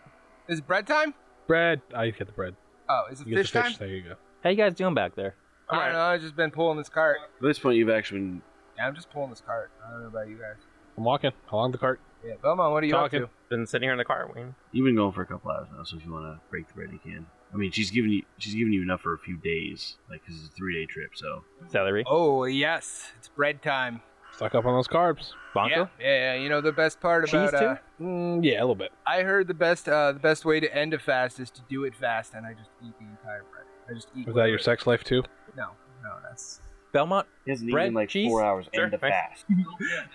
B: Is it bread time?
D: Bread. I get the bread.
B: Oh, is it
D: You get
B: fish,
D: the
B: time?
D: fish. There you go.
C: How you guys doing back there?
B: I don't know. I've just been pulling this cart.
A: At this point, you've actually been
B: Yeah, I'm just pulling this cart. I don't know about you guys.
D: I'm walking along the cart.
B: Yeah, Belmont, what are you
D: Talking.
B: up
E: Been sitting here in the car waiting.
A: you've been going for a couple hours now. So if you want to break the bread, you can. I mean, she's giving you she's giving you enough for a few days, like 'cause it's a three day trip. So
C: Celery,
B: to? Oh yes, it's bread time.
D: Stock up on those carbs.
E: Oh,
B: Yeah,
C: Bonko,
B: yeah, yeah. You know the best part
C: cheese
B: about
C: too.
B: uh,
D: Mm, yeah, a little bit.
B: I heard the best uh, the best way to end a fast is to do it fast, and I just eat the entire bread. I just eat.
D: Was that your
B: bread.
D: sex life too?
B: No, no, that's
C: Belmont.
A: He hasn't
C: Bread,
A: eaten in like
C: cheese,
A: four hours
E: sure,
A: and a
E: thanks.
A: fast.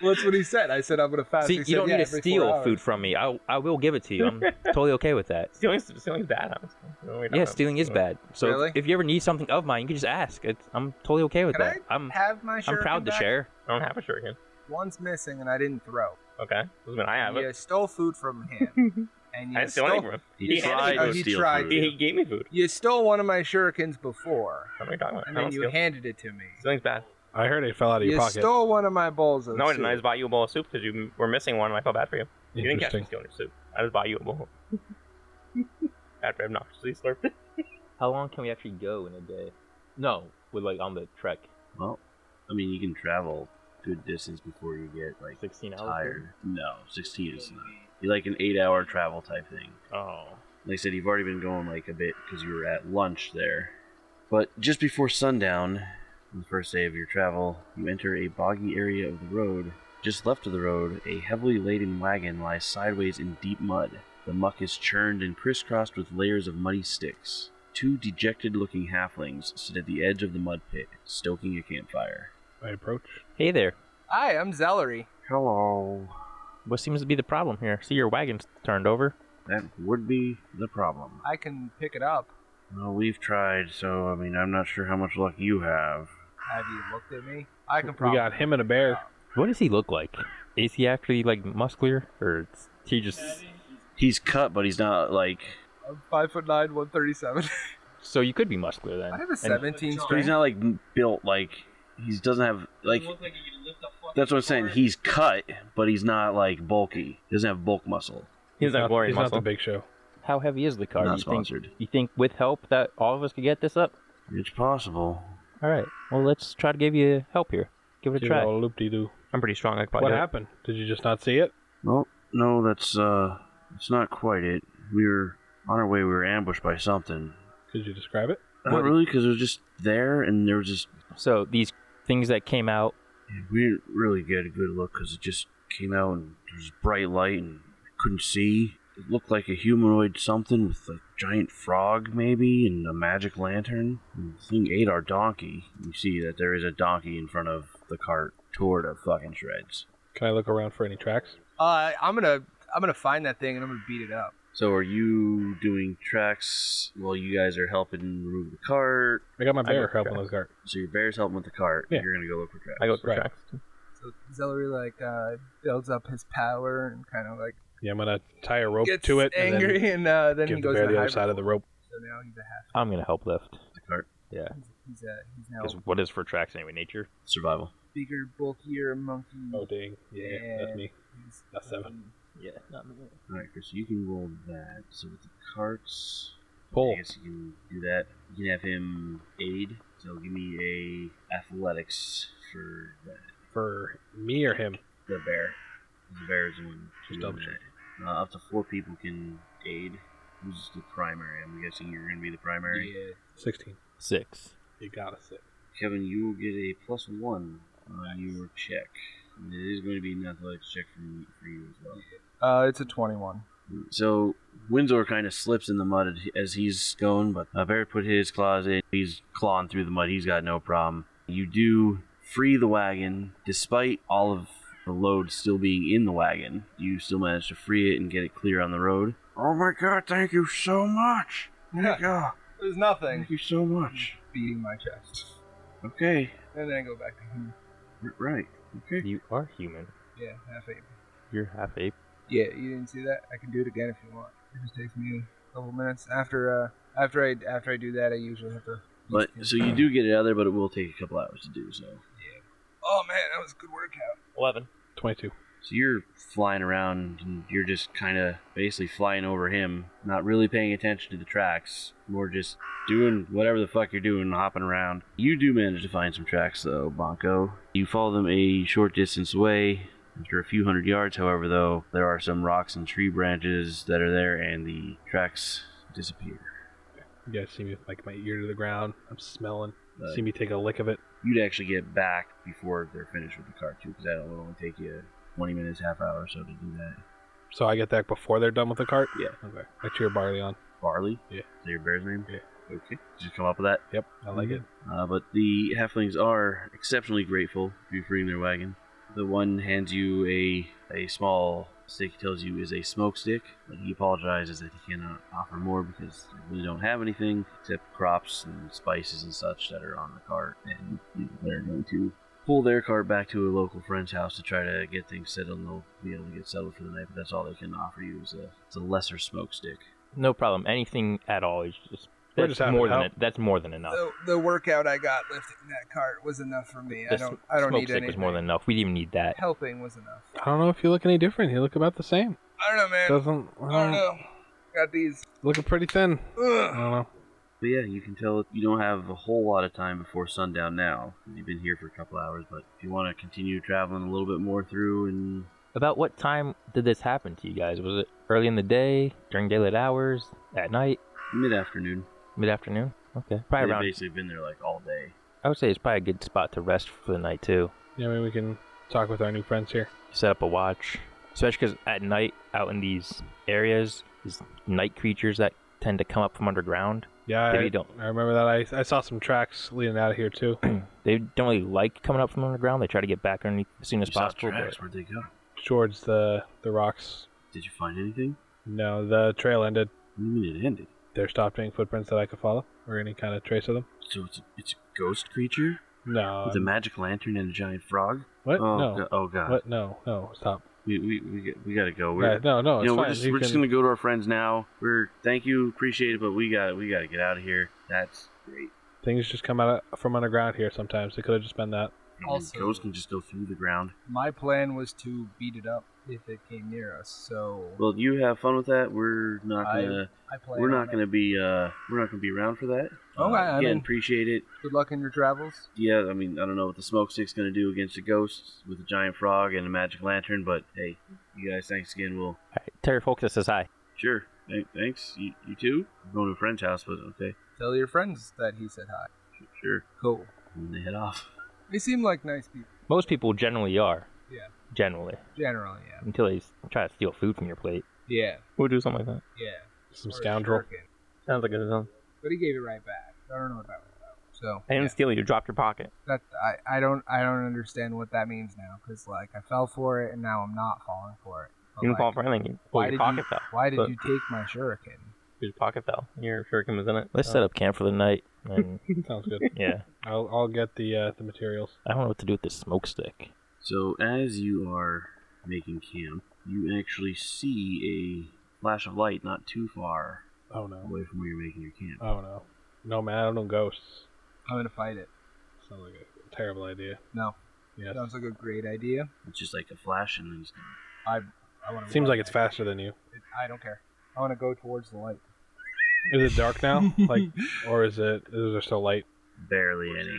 B: Well, that's what he said. I said I'm gonna
D: Uh,
B: fast.
C: See,
B: He
C: you
B: said,
C: don't
B: "Yeah,
C: need to
B: every four
C: steal
B: hours."
C: food from me. I, I will give it to you. I'm totally okay with that.
E: Stealing, stealing's bad, honestly. You know, we don't
C: Yeah,
E: have-
C: stealing
D: Uh,
C: is bad. So if-
B: Really?
C: if you ever need something of mine, you can just ask. It's, I'm totally okay with
B: Can
C: that. I'm
B: Have my shirt.
C: I'm proud to share.
E: I don't have a shuriken.
B: One's missing, and I didn't throw.
E: Okay, doesn't mean I have
B: You
E: it.
B: stole food from him, and
E: I
B: you
E: didn't steal anything
B: stole.
E: from him.
A: He
E: He
A: tried
E: handed
B: me-
A: to
B: Oh, he
A: steal
B: tried
A: food.
E: He, he gave me food.
B: You stole one of my shurikens before,
E: What are you talking about?
B: and
E: I
B: then
E: don't
B: you
E: steal.
B: handed it to me.
E: Stealing's bad.
D: I heard it fell out of your
B: You
D: pocket.
B: stole one of my bowls of
E: No, I
B: soup.
E: didn't. I just bought you a bowl of soup because you were missing one, and I felt bad for you. You didn't catch me
D: Interesting.
E: stealing your soup. I just bought you a bowl. After I obnoxiously slurped it.
C: How long can we actually go in a day? No, with like on the trek,
A: Well, I mean, you can travel good distance before you get like
C: 16 hours.
A: tired. No, sixteen is not. You like an eight-hour travel type thing.
E: Oh.
A: Like I said, you've already been going like a bit because you were at lunch there. But just before sundown, on the first day of your travel, you enter a boggy area of the road. Just left of the road, a heavily laden wagon lies sideways in deep mud. The muck is churned and crisscrossed with layers of muddy sticks. Two dejected looking halflings sit at the edge of the mud pit, stoking a campfire.
D: I approach.
C: Hey there.
B: Hi, I'm Zellery.
A: Hello.
C: What seems to be the problem here? See your wagon's turned over.
A: That would be the problem.
B: I can pick it up.
A: Well, we've tried, so I mean, I'm not sure how much luck you have.
B: Have you looked at me? I can
D: We
B: probably.
D: got him and a bear.
C: What does he look like? Is he actually like muscular, or is he just?
A: He's cut, but he's not like
B: I'm five foot nine, one thirty seven.
C: So you could be muscular then.
B: I have a
C: And-
B: seventeen
A: But he's
B: strength.
A: not like built like he doesn't have like
F: Looks like you can lift a fucking
A: that's what I'm saying.
F: car.
A: He's cut, but he's not like bulky. He doesn't have bulk muscle.
E: He's not glory
D: He's
E: muscle.
D: not the big show.
C: How heavy is the car?
A: Not
C: you
A: sponsored.
C: Think, you think with help that all of us could get this up?
A: It's possible.
C: All right. Well, let's try to give you help here. Give it a try.
D: Loop de doo.
E: I'm pretty strong. I could probably
D: What
E: do it.
D: happened? Did you just not see it?
A: Well, no, that's uh, it's not quite it. We were on our way. We were ambushed by something.
D: Could you describe it?
A: Not really, because it was just there, and there was just
C: So these things that came out.
A: we didn't really get a good look because it just came out and there was bright light and I couldn't see. It looked like a humanoid something with a giant frog maybe and a magic lantern. And the thing ate our donkey. You see that there is a donkey in front of the cart tore to fucking shreds.
D: Can I look around for any tracks?
B: Uh, I'm gonna, I'm gonna find that thing and I'm gonna beat it up.
A: So are you doing tracks while you guys are helping remove the cart?
D: I got my bear
E: got
D: helping
E: tracks.
D: those guard.
A: So your bear's helping with the cart.
D: Yeah.
A: You're gonna go look for tracks.
E: I go through
D: Right.
E: tracks. too.
B: So Zellery like uh, builds up his power and kind of like
D: Yeah, I'm gonna tie a rope
B: gets
D: to it
B: angry and,
D: and then
B: uh, then
D: give
B: he
D: the
B: goes to
D: bear the other
B: hibernate.
D: side of the rope.
B: So now he's a half.
C: I'm gonna help lift.
A: the cart.
C: Yeah.
B: He's a, he's now
C: Because what is for tracks anyway? Nature.
A: Survival.
B: bigger, bulkier monkey.
D: Oh dang! Yeah, that's me.
B: He's
D: That's seven.
C: Yeah. Not me.
A: Alright, Chris, you can roll that. So with the carts
D: Pull.
A: I guess you can do that. You can have him aid. So give me a athletics for the,
D: for me or him.
A: the bear. The bear is the one.
D: Just
A: doing
D: double check.
A: that. Uh, up to four people can aid. Who's the primary? I'm guessing you're going to be the primary.
D: Sixteen.
C: Six.
D: You got to sit.
A: Kevin, you will get a plus one on your check. And it is going to be an athletics check from, for you as well.
B: Uh, it's a twenty-one.
A: So Windsor kind of slips in the mud as he's going, but uh, Barrett put his claws in. He's clawing through the mud. He's got no problem. You do free the wagon, despite all of the load still being in the wagon. You still manage to free it and get it clear on the road. Oh my god! Thank you so much. God,
B: There's nothing.
A: you so much.
B: Beating my chest,
A: Okay,
B: and then I go back to him.
A: R- right. Okay.
C: You are human.
B: Yeah, half ape.
C: You're half ape.
B: Yeah, you didn't see that. I can do it again if you want. It just takes me a couple minutes after uh after I after I do that. I usually have to.
A: But so you do get it out there, but it will take a couple hours to do so.
B: Oh man, that was a good workout.
E: Eleven.
D: Twenty-two.
A: So you're flying around and you're just kind of basically flying over him, not really paying attention to the tracks, more just doing whatever the fuck you're doing, hopping around. You do manage to find some tracks though, Bonko. You follow them a short distance away. After a few hundred yards, however, though, there are some rocks and tree branches that are there and the tracks disappear.
D: You guys see me with, like my ear to the ground. I'm smelling.
A: Uh,
D: see me take a lick of it.
A: You'd actually get back before they're finished with the car too, because that'll only take you 20 minutes, half hour or so to do that.
D: So I get that before they're done with the cart.
A: Yeah.
D: Okay. I cheer barley on.
A: Barley?
D: Yeah.
A: Is that your bear's name?
D: Yeah.
A: Okay. Did you come up with that?
D: Yep, I like it.
A: Uh, but the halflings are exceptionally grateful for you freeing their wagon. The one hands you a a small stick he tells you is a smoke stick, but he apologizes that he cannot offer more because they really don't have anything except crops and spices and such that are on the cart, and you know, they're going to pull their cart back to a local friend's house to try to get things settled, and they'll be able to get settled for the night. But that's all they can offer you is a it's a lesser smoke stick.
C: No problem. Anything at all is just
D: We're
C: that's
D: just having
C: more than
D: help.
C: it, that's more than enough.
B: The, the workout I got lifting that cart was enough for me. I
C: The
B: don't.
C: sm-
B: I don't
C: smoke
B: need
C: stick
B: anything.
C: was more than enough. We didn't even need that.
B: Helping was enough.
D: I don't know if you look any different. You look about the same.
B: I don't know, man.
D: Doesn't I
B: I don't
D: don't know.
B: know. Got these.
D: looking pretty thin. I
B: Ugh.
D: don't know.
A: But yeah, you can tell you don't have a whole lot of time before sundown now. You've been here for a couple hours, but if you want to continue traveling a little bit more through and
C: About what time did this happen to you guys? Was it early in the day, during daylight hours, at night,
A: mid afternoon,
C: mid afternoon? Okay,
A: they've
C: probably around.
A: basically been there like all day.
C: I would say it's probably a good spot to rest for the night too.
D: Yeah, maybe we can talk with our new friends here.
C: set up a watch, especially because at night out in these areas, these night creatures that tend to come up from underground,
D: Yeah,
C: Maybe
D: I,
C: you don't.
D: I remember that. I, I saw some tracks leading out of here too.
C: they don't really like coming up from underground. They try to get back underneath as soon as
A: You saw
C: possible.
A: tracks.
C: But
A: Where'd they go?
D: Towards the the rocks.
A: Did you find anything?
D: No, the trail ended.
A: What do you mean it ended?
D: There stopped being footprints that I could follow or any kind of trace of them.
A: So it's a, it's a ghost creature
D: No.
A: with a magic lantern and a giant frog.
D: Um, what?
A: Oh,
D: no.
A: go- oh god,
D: What? No. No. Stop.
A: we we we, get- we gotta go. We're,
D: Yeah, no. No. It's
A: you know,
D: fine.
A: we're just
D: You
A: we're just
D: can-
A: gonna go to our friends now. We're thank you, appreciate it, but we got we gotta get out of here. That's great.
D: Things just come out of- from underground here sometimes. It could have just been that.
A: And
B: Also-
A: ghosts can just go through the ground.
B: My plan was to beat it up if it came near us. So
A: Well, you have fun with that. We're not
B: I-
A: gonna.
B: I plan.
A: we're
B: on
A: not
B: it.
A: gonna be. Uh, we're not gonna be around for that. Uh,
B: Okay, I
A: again,
B: mean-
A: appreciate it.
B: Good luck in your travels.
A: Yeah, I mean, I don't know what the smoke stick's gonna do against a ghost with a giant frog and a magic llantern, but hey, you guys, thanks again. We'll
C: All right, Terry Folkus says hi.
A: sure. Th- thanks. You, you too. I'm going to a friend's house, but okay,
B: Tell your friends that he said hi.
A: sure.
B: Cool.
A: And they head off.
B: They seem like nice people.
C: Most people generally are.
B: Yeah.
C: Generally,
B: Generally, yeah.
C: until they s- try to steal food from your plate.
B: Yeah.
E: We'll do something like that.
B: Yeah. Or
D: Some
B: a
D: scoundrel.
B: shuriken.
E: Sounds like it's on.
B: But he gave it right back. I don't know what that was about. So
E: I didn't steal you. Dropped your pocket.
B: that I, I don't I don't understand what that means now because like I fell for it and now I'm not falling for it. But,
E: You didn't
B: like,
E: fall for anything. You-
B: why
E: Well, your
B: did
E: pocket
B: you-
E: fell.
B: Why did
E: But-
B: you take my shuriken?
E: Your pocket fell. Your shuriken was in it.
C: Let's set up camp for the night. And
D: Sounds good.
C: yeah,
D: I'll I'll get the uh, the materials.
C: I don't know what to do with this smoke stick.
A: So as you are making camp, you actually see a flash of light not too far
D: Oh no.
A: away from where you're making your camp.
D: Oh no. No man, I don't know ghosts.
B: I'm gonna fight it.
D: Sounds like a terrible idea.
B: No,
D: Yeah.
B: sounds like a great idea.
A: It's just like a flash, and then it's
B: I I want to.
D: Seems like it's faster than you.
B: I don't care. I want to go towards the light.
D: Is it dark now? Like, or is it? Is there still light?
A: barely any.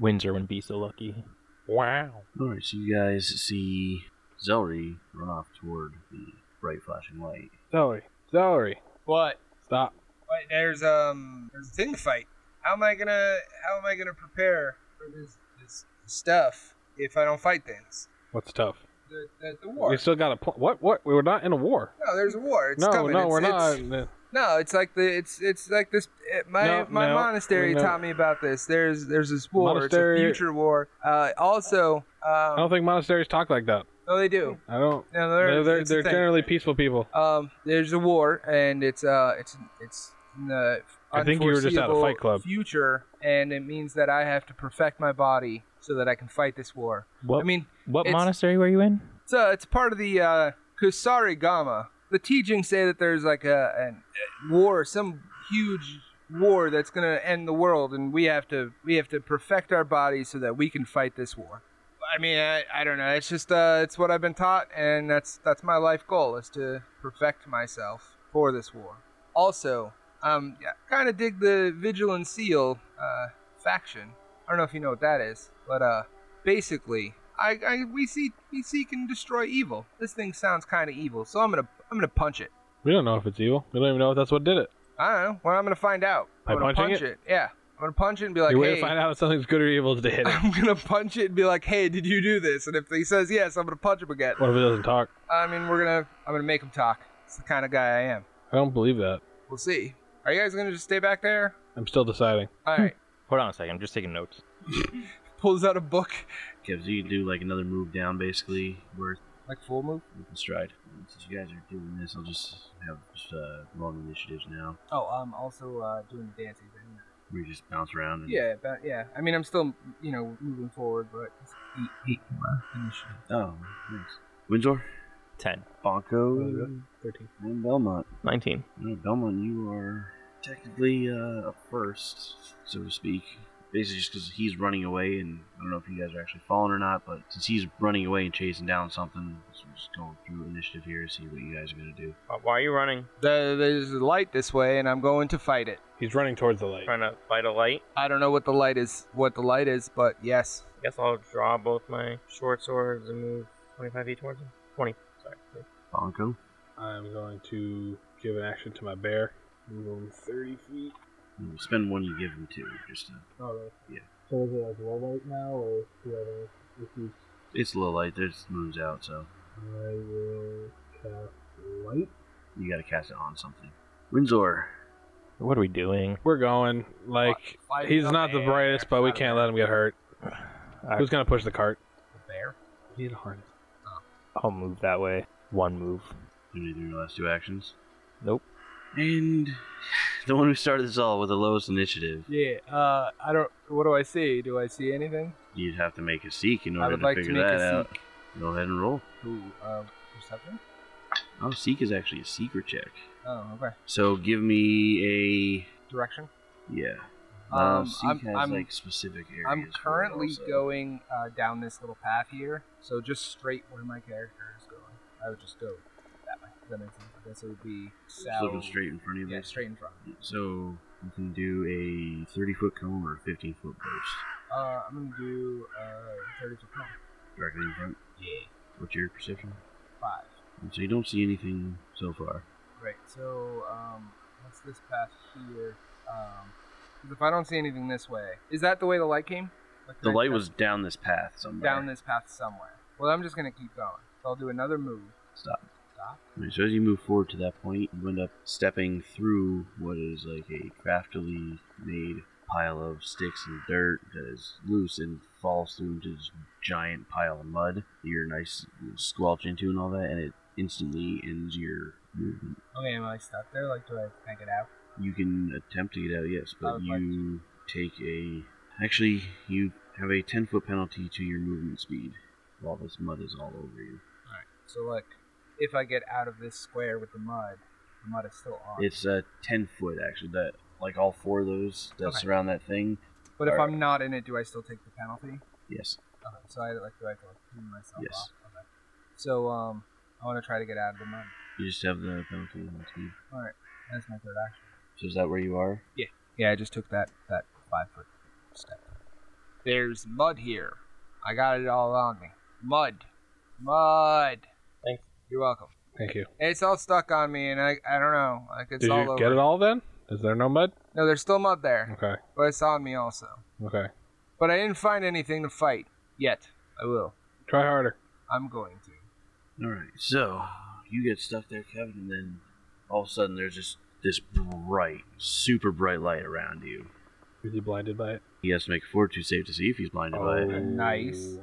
C: Windsor wouldn't be so lucky.
D: Wow.
A: All right, so you guys see Zelry run off toward the bright flashing light.
D: Sorry. Sorry.
B: What?
D: Stop.
B: Wait, there's um there's a thing fight. How am I gonna how am I gonna prepare for this this stuff if I don't fight things?
D: What's tough?
B: The, the, the war.
D: We still got a pl- what? What? We were not in a war.
B: No, there's a war. It's
D: no,
B: coming.
D: no,
B: It's-
D: we're
B: it's-
D: not.
B: No, it's like the it's it's like this. It, my
D: No,
B: my
D: no,
B: monastery
D: no.
B: taught me about this. There's there's this war.
D: Monastery- Oh.
B: It's a future war. Uh, also,
D: I don't
B: um,
D: think monasteries talk like that.
B: no, they do.
D: I don't.
B: No,
D: They're
B: they're
D: they're,
B: it's a
D: they're
B: thing.
D: generally peaceful people.
B: Um, there's a war, and it's uh, it's it's in the
D: I think you were just at a
B: unforeseeable
D: fight club.
B: Future, and it means that I have to perfect my body so that I can fight this war.
C: What?
B: I mean,
C: what
B: it's-
C: monastery were you in?
B: it's uh, it's part of the uh, Kusari Gama. The teachings say that there's like a an, a war, some huge war that's gonna end the world, and we have to we have to perfect our bodies so that we can fight this war. I mean, I, I don't know. It's just uh, it's what I've been taught, and that's that's my life goal is to perfect myself for this war. Also, um, yeah, kind of dig the Vigilant Seal uh, faction. I don't know if you know what that is, but uh, basically, I, I we see we seek and destroy evil. This thing sounds kind of evil, so I'm gonna I'm gonna punch it.
D: We don't know if it's evil. We don't even know if that's what did it.
B: I don't know. Well, I'm gonna find out.
D: By
B: I'm gonna
D: punching
B: punch it? Yeah, I'm gonna punch it and be like,
D: Your way
B: hey.
D: to find out if something's good or evil is to hit it.
B: I'm gonna punch it and be like, "Hey, did you do this?" And if he says yes, I'm gonna punch him again.
D: what if it doesn't talk?
B: I mean, we're gonna I'm gonna make him talk. It's the kind of guy I am.
D: I don't believe that.
B: We'll see. Are you guys gonna just stay back there?
D: I'm still deciding.
B: All right.
D: Hmm.
C: Hold on a second. I'm just taking notes.
B: Pulls out a book.
A: Gibbs, you can do like another move down basically where
B: Like full move.
A: you can stride. Since you guys are doing this, I'll just have just uh, long initiatives now.
B: Oh, I'm also uh, doing the dancing thing.
A: We just bounce around. And,
B: Yeah, but yeah. I mean, I'm still, you know, moving forward, but it's eight, eight uh, initiative.
A: Oh, nice. Windsor, Oh,
C: 10.
A: Bonko,
D: Thirteen.
A: and Belmont.
E: 19.
A: No, Belmont, you are technically uh, up first, so to speak. Basically, just because he's running away, and I don't know if you guys are actually following or not, but since he's running away and chasing down something, so we'll just go through initiative here and see what you guys are going to do.
E: Why- Why are you running?
B: The, there's a light this way, and I'm going to fight it.
D: He's running towards the light.
E: Trying to fight a light?
B: I don't know what the light is, what the light is, but yes.
E: Guess I'll draw both my short swords and move 25 feet towards him. 20. Sorry.
A: Bonko,
D: I'm going to give an action to my bear. Move him thirty feet.
A: We'll spend one you give him two. Just to,
D: All right.
A: Yeah.
D: So is Oh, it like low light now, or do I have issues?
A: it's low light. There's moon's out, so
D: I will cast light.
A: you got to cast it on something. Windsor,
C: What are we doing?
D: We're going. Like
B: Fight
D: he's
B: the
D: not the
B: bear.
D: brightest, but we can't let him get hurt.
C: right.
D: Who's gonna push the cart?
B: Bear.
D: We need a harness.
C: I'll move that way. One move.
A: do you do your last two actions?
C: Nope.
A: And the one who started this all with the lowest initiative,
B: Yeah. Uh, I don't. What do I see? Do I see anything?
A: you'd have to make a seek in
B: I
A: order
B: would
A: to
B: like to
A: figure
B: make
A: that
B: a
A: out.
B: seek.
A: Go ahead and roll.
B: Ooh, um, perception.
A: Oh, seek is actually a secret check.
B: Oh, okay.
A: So give me
B: Direction.
A: a yeah.
B: Um,
A: seek
B: I'm-
A: has
B: I'm-
A: like specific areas. for
B: I'm
A: it
B: currently
A: also.
B: going uh, down this little path here, so just straight where my character is going. I would just go that way. Does that make sense? I guess it would be
A: Just
B: south.
A: looking straight in front of you.
B: Yeah, straight in front.
A: So you can do a 30 foot cone or a 15 foot burst
B: Uh, I'm gonna do uh, 30 to 20.
A: directly in front.
B: Yeah.
A: What's your perception?
B: Five.
A: So you don't see anything so far.
B: Right. So, um, what's this path here? Um, 'cause if I don't see anything this way, is that the way the light came? Like,
A: The
B: right
A: light
B: down-
A: was down this path somewhere.
B: down this path somewhere. Well, I'm just gonna keep going. So I'll do another move.
A: Stop.
B: Stop.
A: Alright, so as you move forward to that point, you end up stepping through what is like a craftily made pile of sticks and dirt that is loose and falls through into this giant pile of mud that you're nice you squelch into and all that, and it instantly ends your movement.
B: Okay, am I stuck there? Like, do I can I get out?
A: You can attempt to get out, yes,
B: I
A: but
B: would like
A: you take a. Actually, you have a 10 foot penalty to your movement speed while this mud is all over you.
B: Alright. So like, if I get out of this square with the mud, the mud is still on.
A: It's uh, 10 foot, actually, that like all four of those that
B: Okay.
A: surround that thing.
B: but if
A: alright.
B: I'm not in it, do I still take the penalty?
A: Yes.
B: Okay, so I like do I have to like, clean myself
A: Yes.
B: off? Okay. So um, I want to try to get out of the mud.
A: You just have the penalty on the team.
B: All right, that's my third action.
A: So is that where you are?
B: Yeah, I just took that that five foot step. There's mud here. I got it all on me. Mud, mud.
E: Thanks.
B: You're welcome.
D: Thank you.
B: It's all stuck on me, and I I don't know. Like it's
D: Did
B: all
D: you
B: over.
D: get it all then? Is there no mud?
B: No, there's still mud there,
D: Okay.
B: but it's on me also.
D: Okay.
B: But I didn't find anything to fight yet. I will.
D: Try harder.
B: I'm going to.
A: All right. So you get stuck there, Kevin, and then all of a sudden there's just this bright, super bright light around you.
D: Is he blinded by it?
A: He has to make a fortitude save to see if he's blinded by it.
B: Nice.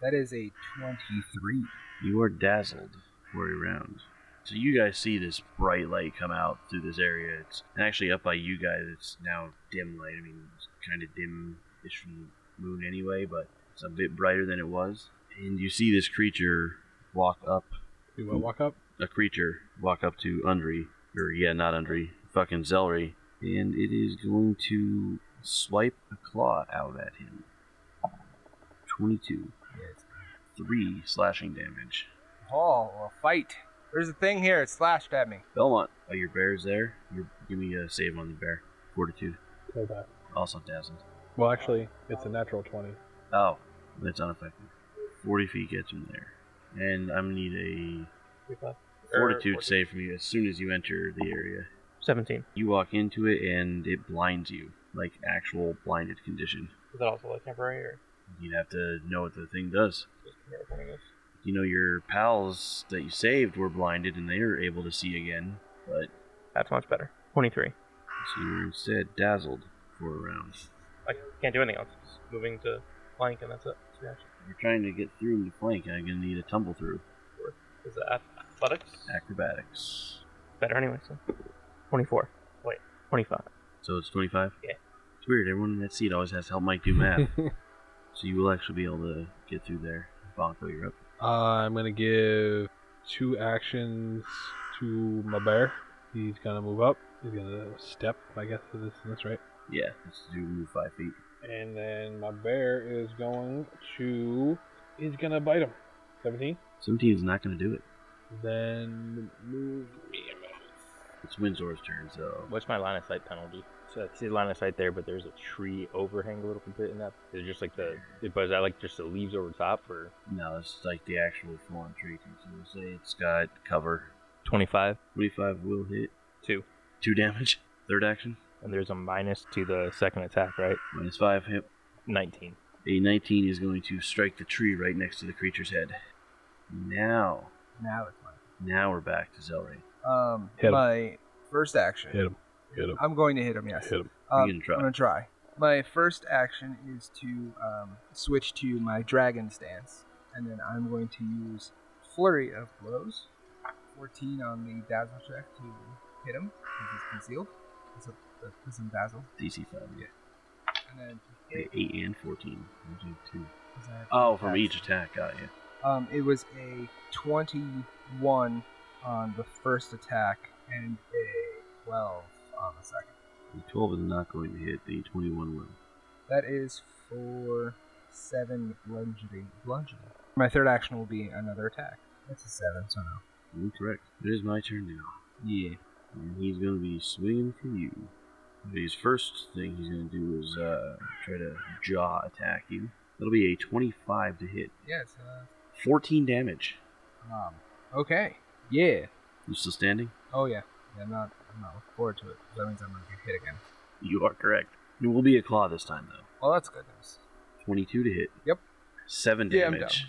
B: That is a 23.
A: You are dazzled for a round. So you guys see this bright light come out through this area. It's and actually up by you guys. It's now dim light. I mean, it's kind of dim-ish from the moon anyway, but it's a bit brighter than it was. And you see this creature walk up
D: You want walk up?
A: a creature walk up to Undri, or yeah, not Undri, fucking Zelry, and it is going to swipe a claw out at him. 22.
B: Yes.
A: 3 slashing damage.
B: Oh, well, fight. There's a thing here. It slashed at me.
A: Belmont, oh, your bear's there? you give me a save on the bear. Fortitude.
D: Okay.
A: Also dazzled.
D: Well, actually, it's a natural twenty.
A: Oh, that's unaffected. 40 feet gets him there. And I'm gonna need
E: Er,
A: a fortitude save from you as soon as you enter the area.
E: 17.
A: You walk into it and it blinds you, like actual blinded condition.
E: Is that also like temporary or
A: You'd have to know what the thing does.
E: just everything is?
A: You know, your pals that you saved were blinded and they are able to see again, but
E: That's much better. 23.
A: So you were instead dazzled for a round.
E: I can't do anything else. Just moving to flank, and that's it. That's the action.
A: If you're trying to get through him to flank, I'm going to need a tumble through.
E: Is it ath- athletics?
A: Acrobatics.
E: Better anyway. So. Twenty-four. Wait, twenty-five.
A: So it's 25?
E: Yeah.
A: It's weird. Everyone in that seat always has to help Mike do math. so you will actually be able to get through there. Bonko, you're up.
D: Uh, I'm gonna give two actions to my bear. He's gonna move up. He's gonna step. I guess is this that's right.
A: Yeah, let's do move five feet.
D: And then my bear is going to. He's gonna bite him. Seventeen.
A: 17 is not going to do it.
D: Then move.
A: It's Windsor's turn, so.
C: What's my line of sight penalty? So I see line of sight there, but there's a tree overhang a little bit in that. Is it just like the? But is that like just the leaves over top or
A: No, it's like the actual full-on tree. So we'll say it's got cover.
C: twenty-five?
A: 25 will hit.
C: Two.
A: Two damage. Third action.
C: And there's a minus to the second attack, right?
A: Minus five hit.
C: Nineteen.
A: A 19 is going to strike the tree right next to the creature's head. Now,
B: Now it's mine.
A: now we're back to Zelray.
B: Um,
D: Hit 'em.
B: my first action.
D: Hit him. Hit him.
B: I'm going to hit him. Yes.
D: Hit him.
B: Um,
A: You can try.
B: I'm gonna try. My first action is to um, switch to my dragon stance, and then I'm going to use flurry of blows. 14 on the dazzle check to hit him because he's concealed. That's a, that's some dazzle,
A: DC 5. Yeah.
B: and then to hit.
A: 8 and 14. You do two.
B: 'cause I have
A: Oh,
B: two
A: from
B: attacks.
A: each attack, got you.
B: Um, it was a 21 on the first attack and a 12 on the second.
A: The 12 is not going to hit. The 21 will.
B: That is for seven bludgeoning. Bludgeoning. My third action will be another attack. That's a seven, so no.
A: You're correct. It is my turn now.
B: Yeah.
A: And he's going to be swinging for you. His first thing he's going to do is uh, try to jaw attack you. That'll be a 25 to hit.
B: Yeah, it's uh,
A: 14 damage.
B: um, okay. Yeah.
A: You still standing?
B: Oh yeah. yeah I'm not. I'm not looking forward to it. 'cause That means I'm gonna get hit again.
A: You are correct. It will be a claw this time, though.
B: Well, that's good news.
A: 22 to hit.
B: Yep.
A: 7
B: Yeah, I'm
A: damage.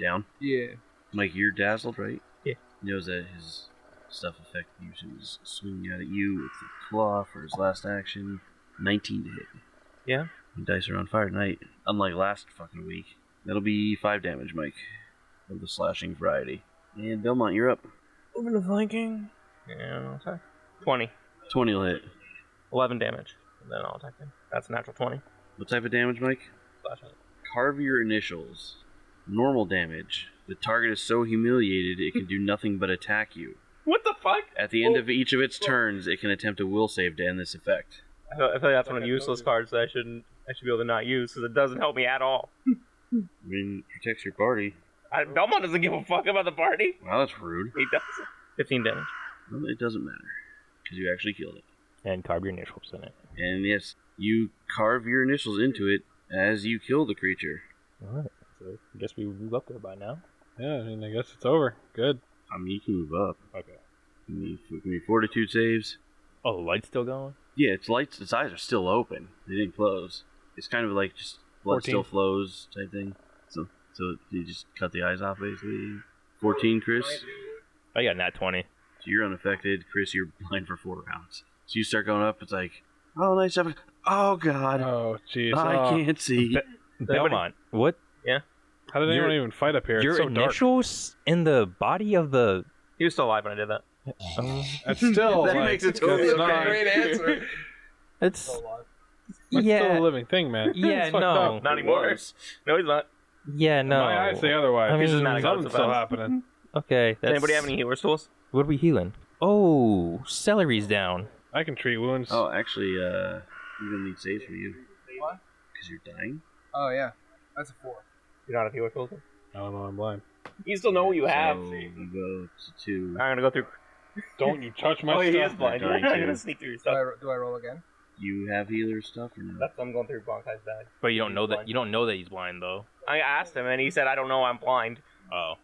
A: down.
B: Yeah.
A: Mike, you're dazzled, right?
E: Yeah.
A: He knows that his stuff affected you, so he's swinging out at you with the claw for his last action. 19 to hit.
E: Yeah.
A: The dice are on fire tonight, unlike last fucking week. That'll be 5 damage, Mike, of the slashing variety. And Belmont, you're up.
E: Moving to flanking. And I'll attack. Twenty.
A: 20 will hit.
E: Eleven damage. And then I'll attack him. That's a natural twenty.
A: What type of damage, Mike?
E: Slash on it.
A: Carve your initials. Normal damage. The target is so humiliated it can do nothing but attack you.
E: What the fuck?
A: At the end
E: Oh.
A: of each of its turns, it can attempt a will save to end this effect.
E: I feel, I feel like that's one of the useless cards that I shouldn't. I should be able to not use because it doesn't help me at all.
A: I mean, protects your party.
E: I, Belmont doesn't give a fuck about the party.
A: Wow, that's rude.
E: He does. Fifteen damage.
A: Well, it doesn't matter, because you actually killed it.
C: And carve your initials in it.
A: And yes, you carve your initials into it as you kill the creature.
C: All right. So I guess we move up there by now.
D: Yeah, I mean, I guess it's over. Good.
A: I mean, you can move up.
C: Okay.
A: You need, you need fortitude saves.
C: Oh, the light's still going.
A: Yeah, its lights, its eyes are still open. They didn't close. It's kind of like just blood
D: 14.
A: still flows type thing. So, so you just cut the eyes off basically. Fourteen, Chris.
C: I got Oh, nat twenty.
A: So you're unaffected, Chris. You're blind for four rounds. So you start going up. It's like, oh, nice. up- Oh God,
D: Oh, jeez.
A: I
D: Oh,
A: can't see.
C: Be- Belmont, what?
D: How did
C: Your-
D: anyone even fight up here?
C: your
D: it's so
C: initials in the body of the?
E: He was still alive when I did that.
D: dark. It's still.
A: That
D: like,
A: makes it
D: it's
A: totally
D: not-
A: okay.
B: Great answer.
C: It's
D: It's still a
C: yeah,
D: living thing, man.
C: Yeah,
D: It's fucked
C: no.
D: up.
E: Not anymore.
A: Close.
E: No, he's not.
C: yeah, no.
D: My eyes say otherwise.
C: I mean,
D: Something's
E: not a god, it's a
D: still
E: virus.
D: happening.
C: Okay.
E: Does
C: that's-
E: anybody have any healer's tools?
C: What are we healing? Oh, celery's down.
D: I can treat wounds.
A: Oh, actually, uh, you're gonna need saves for you.
B: What?
A: Because you're dying.
B: Oh yeah. That's a four.
E: You don't have healer's tools.
D: I don't know. I'm blind.
E: You still know what you have.
A: So you go to two.
E: I'm gonna go through.
D: Don't you touch my
E: oh,
D: stuff.
E: he is blind.
A: Nine,
E: I'm
A: two.
E: gonna sneak through your
B: Do I,
E: stuff.
B: ro- do I roll again?
A: You have healer stuff or no?
E: That's I'm going through Bonkai's bag.
C: But you
E: don't know that- you
C: don't know that he's blind though.
E: I asked him, and he said, "I don't know. I'm blind."
C: Oh.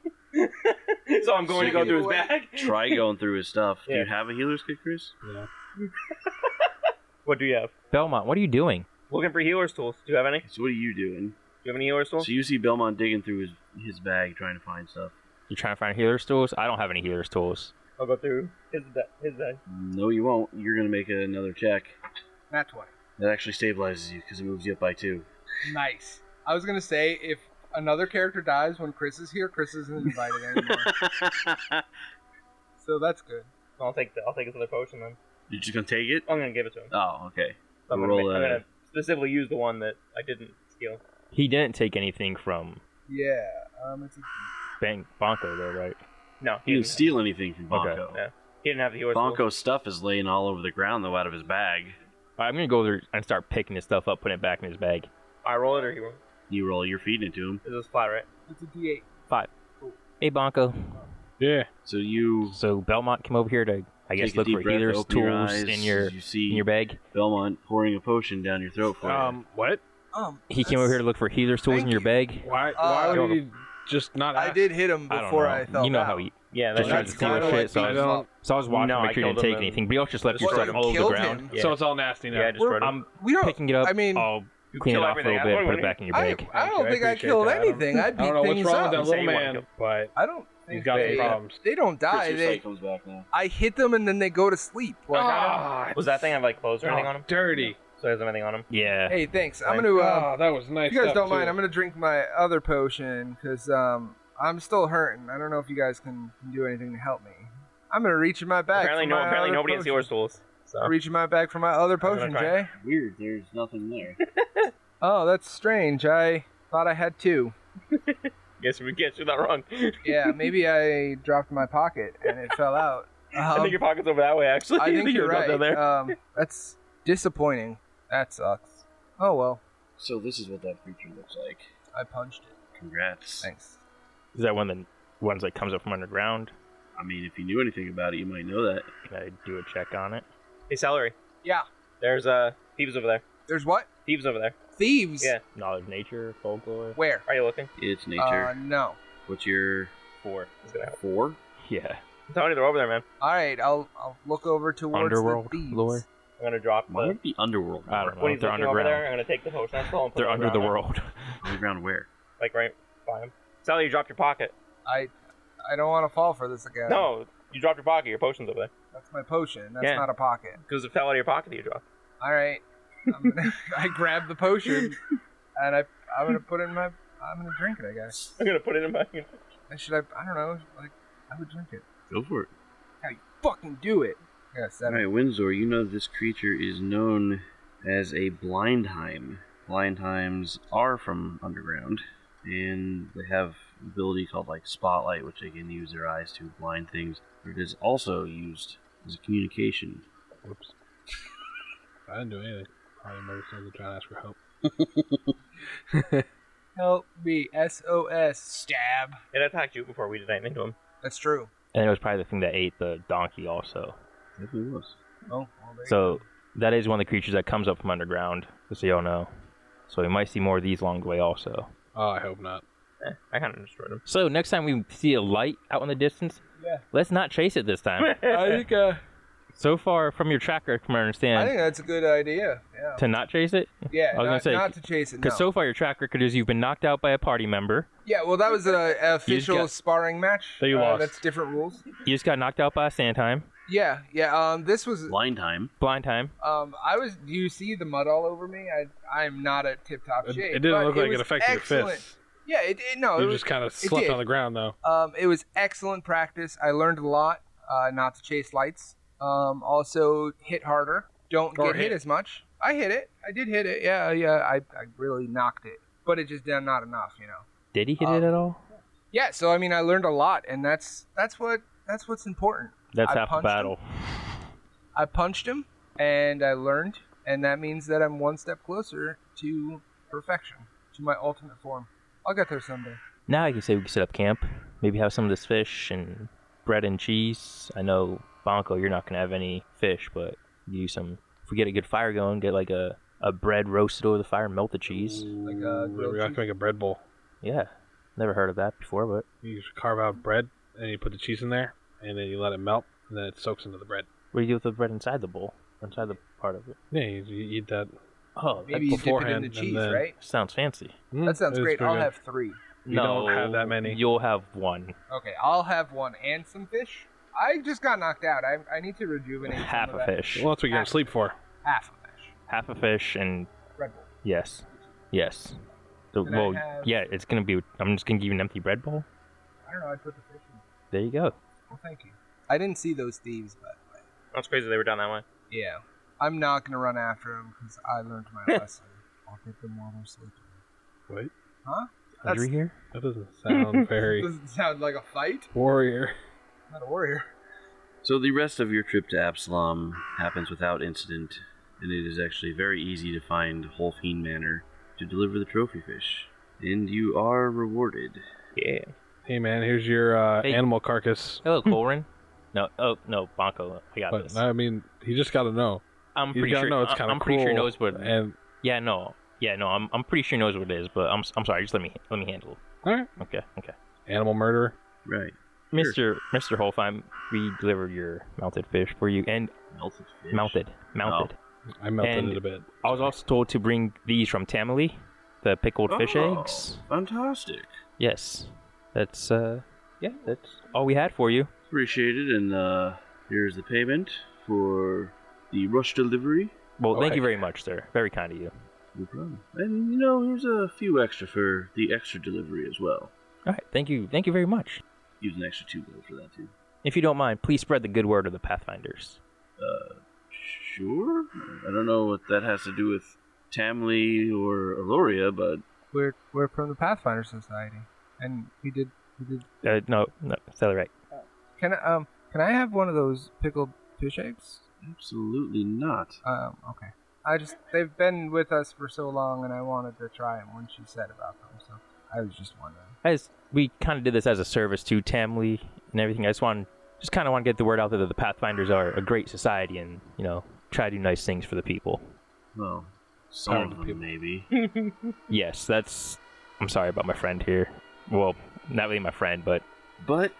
E: so I'm going to go through his bag.
A: Try going through his stuff. Do
E: Yeah.
A: you have a healer's kit, Chris?
D: Yeah.
E: What do you have?
C: Belmont, what are you doing?
E: Looking for healer's tools. Do you have any? Do
A: So what are you doing?
E: you have any healer's tools?
A: So you see Belmont digging through his, his bag trying to find stuff.
C: You trying to find healer's tools? I don't have any healer's tools.
E: I'll go through his de- his die.
A: No, you won't. You're gonna make another check.
B: Not 20.
A: That actually stabilizes you because it moves you up by two.
B: Nice. I was going to say, if another character dies when Chris is here, Chris isn't invited anymore. so that's good.
E: I'll take the, I'll take his other potion then.
A: You're just gonna take it?
E: I'm gonna give it to him.
A: Oh, okay.
E: I'm, gonna,
A: Roll
E: ma- I'm
A: a-
E: gonna specifically use the one that I didn't steal.
C: He didn't take anything from
B: Yeah. Um, it's a,
C: Bang Bonko though, right?
E: No, he
A: You
E: didn't,
A: didn't steal anything from
C: Okay.
A: Bonko.
E: Yeah. he didn't have the yours.
A: Bonko's stuff is laying all over the ground though, out of his bag.
C: All right, I'm gonna go over and start picking his stuff up, putting it back in his bag.
E: I roll it or he roll.
A: You roll, you're feeding it to him.
E: This is flat, right?
B: it's a D8.
C: Hey Bonko.
D: Yeah.
A: So you
C: So Belmont came over here to, I guess,
A: take a
C: look
A: deep
C: for
A: breath,
C: healers,
A: open your
C: tools
A: eyes,
C: in your
A: you see
C: in your bag.
A: Belmont pouring a potion down your throat
E: Oh,
A: for you.
D: Um. What?
B: Um,
C: He came over here to look for healers, tools in
B: Thank
C: your
B: you.
C: bag.
D: Why?
B: Uh,
D: why would he just not?
B: I
D: ask?
B: did hit him
C: I don't
B: before
C: know.
B: I, fell
C: You know
B: down.
C: how he
E: Yeah,
C: just
E: that's
C: tried
E: right.
C: to
B: That's kinda
C: steal his
B: like
C: shit. So I,
D: I
B: being
C: was,
D: don't.
C: so I was watching
E: No,
C: to
E: I
C: make sure he
E: killed
C: didn't take
E: him and-
C: anything. But y'all just left you
E: Destroyed
C: stuff
E: him.
C: all over the
B: Killed
C: ground.
B: him.
E: Yeah.
D: So it's all nasty now.
E: yeah, I destroyed him.
C: I'm
B: We don't.
C: picking it up.
B: I mean,
C: I'll
E: You
C: clean it
E: kill
C: off a little
E: everything.
C: bit,
E: I don't
C: put it
E: know
C: back in your
B: I,
C: bag.
B: I don't
D: I
B: think I
D: appreciate
B: killed
D: that. I don't-
B: anything. I
D: I don't
B: beat
D: know what's
B: things
D: wrong with
B: up.
D: that little
E: Say you wanna
D: man,
E: kill-
D: but
B: I don't.
D: he's
B: think
D: got
B: they-
D: some problems.
B: They don't die.
A: Chris's
B: They.
A: sight comes back now.
B: I hit them and then they go to sleep. Like, I
D: Ah,
E: Was that thing have like clothes or anything on him?
D: Oh, Dirty.
E: So there's nothing on him.
C: Yeah.
B: don't, hey, thanks. I'm
E: Like,
B: gonna. Uh,
D: Ah, that was nice.
B: if you guys
D: stuff,
B: don't
D: too.
B: mind, I'm gonna drink my other potion because um, I'm still hurting. I don't know if you guys can, can do anything to help me. I'm gonna reach in my bag.
E: apparently,
B: for
E: no.
B: my
E: Apparently,
B: other
E: nobody has
B: potion.
E: yours tools. So
B: Reach in my bag for my other
E: gonna
B: potion,
E: try.
B: Jay.
A: Weird, there's nothing there.
B: Oh, that's strange. I thought I had two.
E: guess we guess you're not wrong.
B: Yeah, maybe I dropped in my pocket and it fell out.
E: I
B: Um,
E: think your pocket's over that way. Actually,
B: I think you're
E: yours
B: right.
E: up There.
B: Um, that's disappointing. That sucks. Oh well,
A: so this is what that creature looks like.
B: I punched it.
A: Congrats.
B: Thanks.
C: Is that one of the ones that comes up from underground?
A: I mean, if you knew anything about it, you might know that.
C: Can I do a check on it?
E: hey, celery.
B: Yeah.
E: There's uh thieves over there.
B: There's what?
E: Thieves over there.
B: Thieves.
E: Yeah.
C: Knowledge, nature, folklore.
B: Where?
E: Are you looking?
A: It's nature.
B: Uh, no.
A: What's your
E: Four. It's gonna happen.
A: four?
C: Yeah.
E: I'm telling you, they're over there, man.
B: All right, I'll I'll look over towards
C: Underworld
B: the thieves.
C: lore?
E: I'm gonna drop
A: Why
E: the.
A: would it be underworld?
C: I don't know.
E: When he's
C: They're
E: looking over there,
C: underground.
E: I'm gonna take the potion. That's all. and put it
C: They're
E: on
C: under the
E: ground,
C: world.
A: Underground where?
E: Like right by him. Sally, you dropped your pocket.
B: I I don't want to fall for this again.
E: No, you dropped your pocket. Your potion's over there.
B: That's my potion. That's
E: Yeah.
B: not a pocket.
E: Because it fell out of your pocket. that You dropped.
B: All right. I'm gonna, I grab the potion and I I'm gonna put it in my I'm gonna drink it. I guess.
E: I'm gonna put it in my.
B: And should I? I don't know. Like I would drink it.
A: Go for it.
B: How you fucking do it? Yeah,
A: All
B: seven.
A: right, Windsor, you know this creature is known as a Blindheim. Blindheims are from underground, and they have an ability called like Spotlight, which they can use their eyes to blind things. It is also used as a communication.
D: Whoops. I didn't do anything. I remember someone trying to ask for help.
B: Help me, SOS. Stab.
E: It attacked you before we did anything to him.
B: That's true.
C: and it was probably the thing that ate the donkey also.
A: Definitely was.
B: Oh, well, there you
C: So that is one of the creatures that comes up from underground, just so y'all know. So we might see more of these along the way also.
D: Oh, I hope not.
E: Eh, I kind of destroyed him.
C: So next time we see a light out in the distance,
B: Yeah.
C: let's not chase it this time.
B: I think uh,
C: so far from your track record, from what I
B: I
C: understand,
B: think that's a good idea. Yeah.
C: to not chase it?
B: Yeah.
C: I was gonna
B: not,
C: say,
B: not to chase it. No.
C: Because so far your track record is you've been knocked out by a party member.
B: yeah. Well, that was an official
C: got-
B: sparring match.
D: So you
B: Uh,
D: lost.
B: That's different rules.
C: You just got knocked out by a sand time,
B: Yeah. Yeah. Um. This was.
A: Blindheim.
C: blind time.
B: Um. I was. Do you see the mud all over me? I. I'm not at tip top
D: It,
B: shape.
D: it didn't
B: but
D: look like it
B: was
D: affected
B: excellent.
D: your fists.
B: Yeah. It. it no.
D: you
B: Oh, it was
D: just kind of
B: it
D: slept
B: did.
D: on the ground, though.
B: Um, it was excellent practice. I learned a lot uh, not to chase lights. Um, also, hit harder. Don't
D: Or
B: get hit.
D: hit.
B: as much. I hit it. I did hit it. Yeah, yeah. I, I really knocked it, but it just done not enough, you know.
C: Did he hit
B: Um,
C: it at all?
B: Yeah. So I mean, I learned a lot, and that's that's what that's what's important.
C: That's
B: I
C: half the
B: punched him.
C: battle.
B: I punched him, and I learned, and that means that I'm one step closer to perfection, to my ultimate form. I'll get there someday.
C: Now I can say we can set up camp. Maybe have some of this fish and bread and cheese. I know Bonko, you're not gonna have any fish, but you some. If we get a good fire going, get like a, a bread roasted over the fire, melt the cheese.
B: Like uh,
D: Ooh,
B: grilled
D: we have
B: cheese.
D: to make a bread bowl.
C: Yeah, never heard of that before, but
D: You just carve out bread, and you put the cheese in there, and then you let it melt, and then it soaks into the bread.
C: what do you do with the bread inside the bowl, inside the part of it?
D: Yeah, you, you eat that.
C: Oh, that
B: Maybe you dip it
D: beforehand
B: into
D: and
B: cheese,
D: then-
B: right?
C: sounds fancy.
D: Mm,
B: That sounds
D: it's
B: great.
D: pretty
B: I'll
D: good.
B: have three.
D: You don't have that many.
C: You'll have one.
B: Okay, I'll have one and some fish. I just got knocked out. I, I need to rejuvenate. some
C: Half
B: of
C: a
B: that.
C: fish.
D: Well, that's what you got to sleep for.
B: Half a fish.
C: Half a fish and
B: Red Bull.
C: yes. Yes. The,
B: Can I
C: well,
B: have-
C: yeah, it's going to be. I'm just going to give you an empty bread bowl.
B: I don't know. I put the fish in.
C: There you go.
B: Well, thank you. I didn't see those thieves, by the way.
E: That's crazy they were down that way.
B: Yeah. I'm not gonna run after them because I learned my lesson. I'll get them while they're sleeping.
D: Wait,
B: Huh?
C: That's...
B: That's-
C: here?
D: that doesn't sound very
B: Doesn't sound like a fight.
D: warrior.
B: Not a warrior.
A: So the rest of your trip to Absalom happens without incident, and it is actually very easy to find Holfheim Manor to deliver the trophy fish. And you are rewarded.
E: Yeah.
D: Hey man, here's your uh,
C: Hey.
D: animal carcass.
C: Hello, Colrin. Hmm. no, oh no, Bonko. I got
D: But
C: this.
D: I mean, you just got to know.
C: I'm
D: You
C: pretty
D: gotta
C: sure.
D: know it's
C: I-
D: kind of
C: I'm pretty sure he knows what.
D: And
C: Yeah, no. Yeah, no. I'm, I'm pretty sure he knows what it is, but I'm, s- I'm sorry. Just let me let me handle. it.
D: all right,
C: Okay, okay.
D: animal murderer.
A: Right.
C: Mister Mister Holfheim, we delivered your melted fish for you and
A: Melted fish.
C: melted melted.
D: I melted
C: And-
D: it a bit.
C: I was also told to bring these from Tamale, the pickled fish
A: Oh,
C: eggs.
A: Fantastic.
C: Yes, that's uh, yeah, that's all we had for you.
A: Appreciated, and uh, here's the payment for the rush delivery.
C: Well, thank
D: Okay.
C: you very much, sir. Very kind of you.
A: No problem. And you know, here's a few extra for the extra delivery as well.
C: All right, thank you, thank you very much.
A: Use an extra two gold for that too.
C: If you don't mind, please spread the good word of the Pathfinders.
A: Sure. I don't know what that has to do with Tamley or Aloria, but
B: We're we're from the Pathfinder Society, and we did we did.
C: Uh, no, no, Celerite.
B: Can I, um can I have one of those pickled fish eggs?
A: absolutely not.
B: Um okay. I just they've been with us for so long, and I wanted to try them when she said about them. So I was just wondering.
C: as we kind of did this as a service to Tamley and everything. I just want, just kind of want to get the word out there that the Pathfinders are a great society and you know try to do nice things for the people.
A: Well, some
D: Power
A: of
D: to
A: them
D: people.
A: maybe.
C: Yes, that's. I'm sorry about my friend here. Well, not really my friend, but
A: But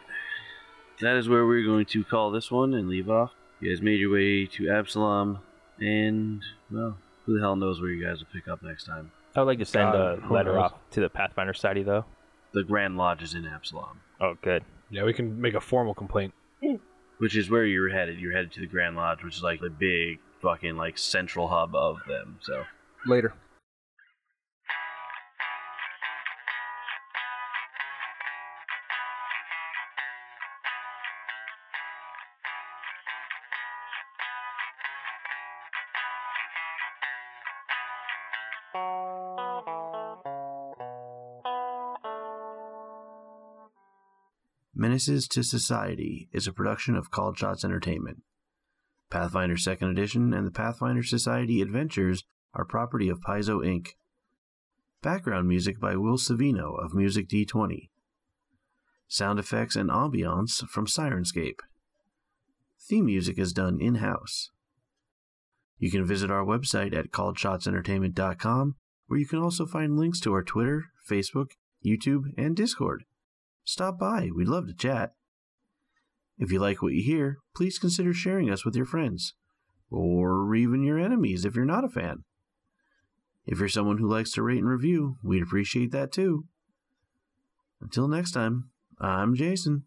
A: that is where we're going to call this one and leave off. You guys made your way to Absalom, and well, who the hell knows where you guys will pick up next time?
C: I would like to send
D: God,
C: a
D: who
C: letter
D: knows?
C: off to the Pathfinder Society, though.
A: The Grand Lodge is in Absalom,
C: Oh, good.
D: Yeah, we can make a formal complaint.
A: which is where you're headed. You're headed to the Grand Lodge, which is like the big fucking like central hub of them. So.
B: Later.
A: Menaces to Society is a production of Called Shots Entertainment. Pathfinder 2nd Edition and the Pathfinder Society Adventures are property of Paizo Inc. Background music by Will Savino of Music D20. Sound effects and ambiance from Sirenscape. Theme music is done in house. You can visit our website at calledshotsentertainment.com, where you can also find links to our Twitter, Facebook, YouTube, and Discord stop by. We'd love to chat. If you like what you hear, please consider sharing us with your friends, or even your enemies if you're not a fan. If you're someone who likes to rate and review, we'd appreciate that too. Until next time, I'm Jason.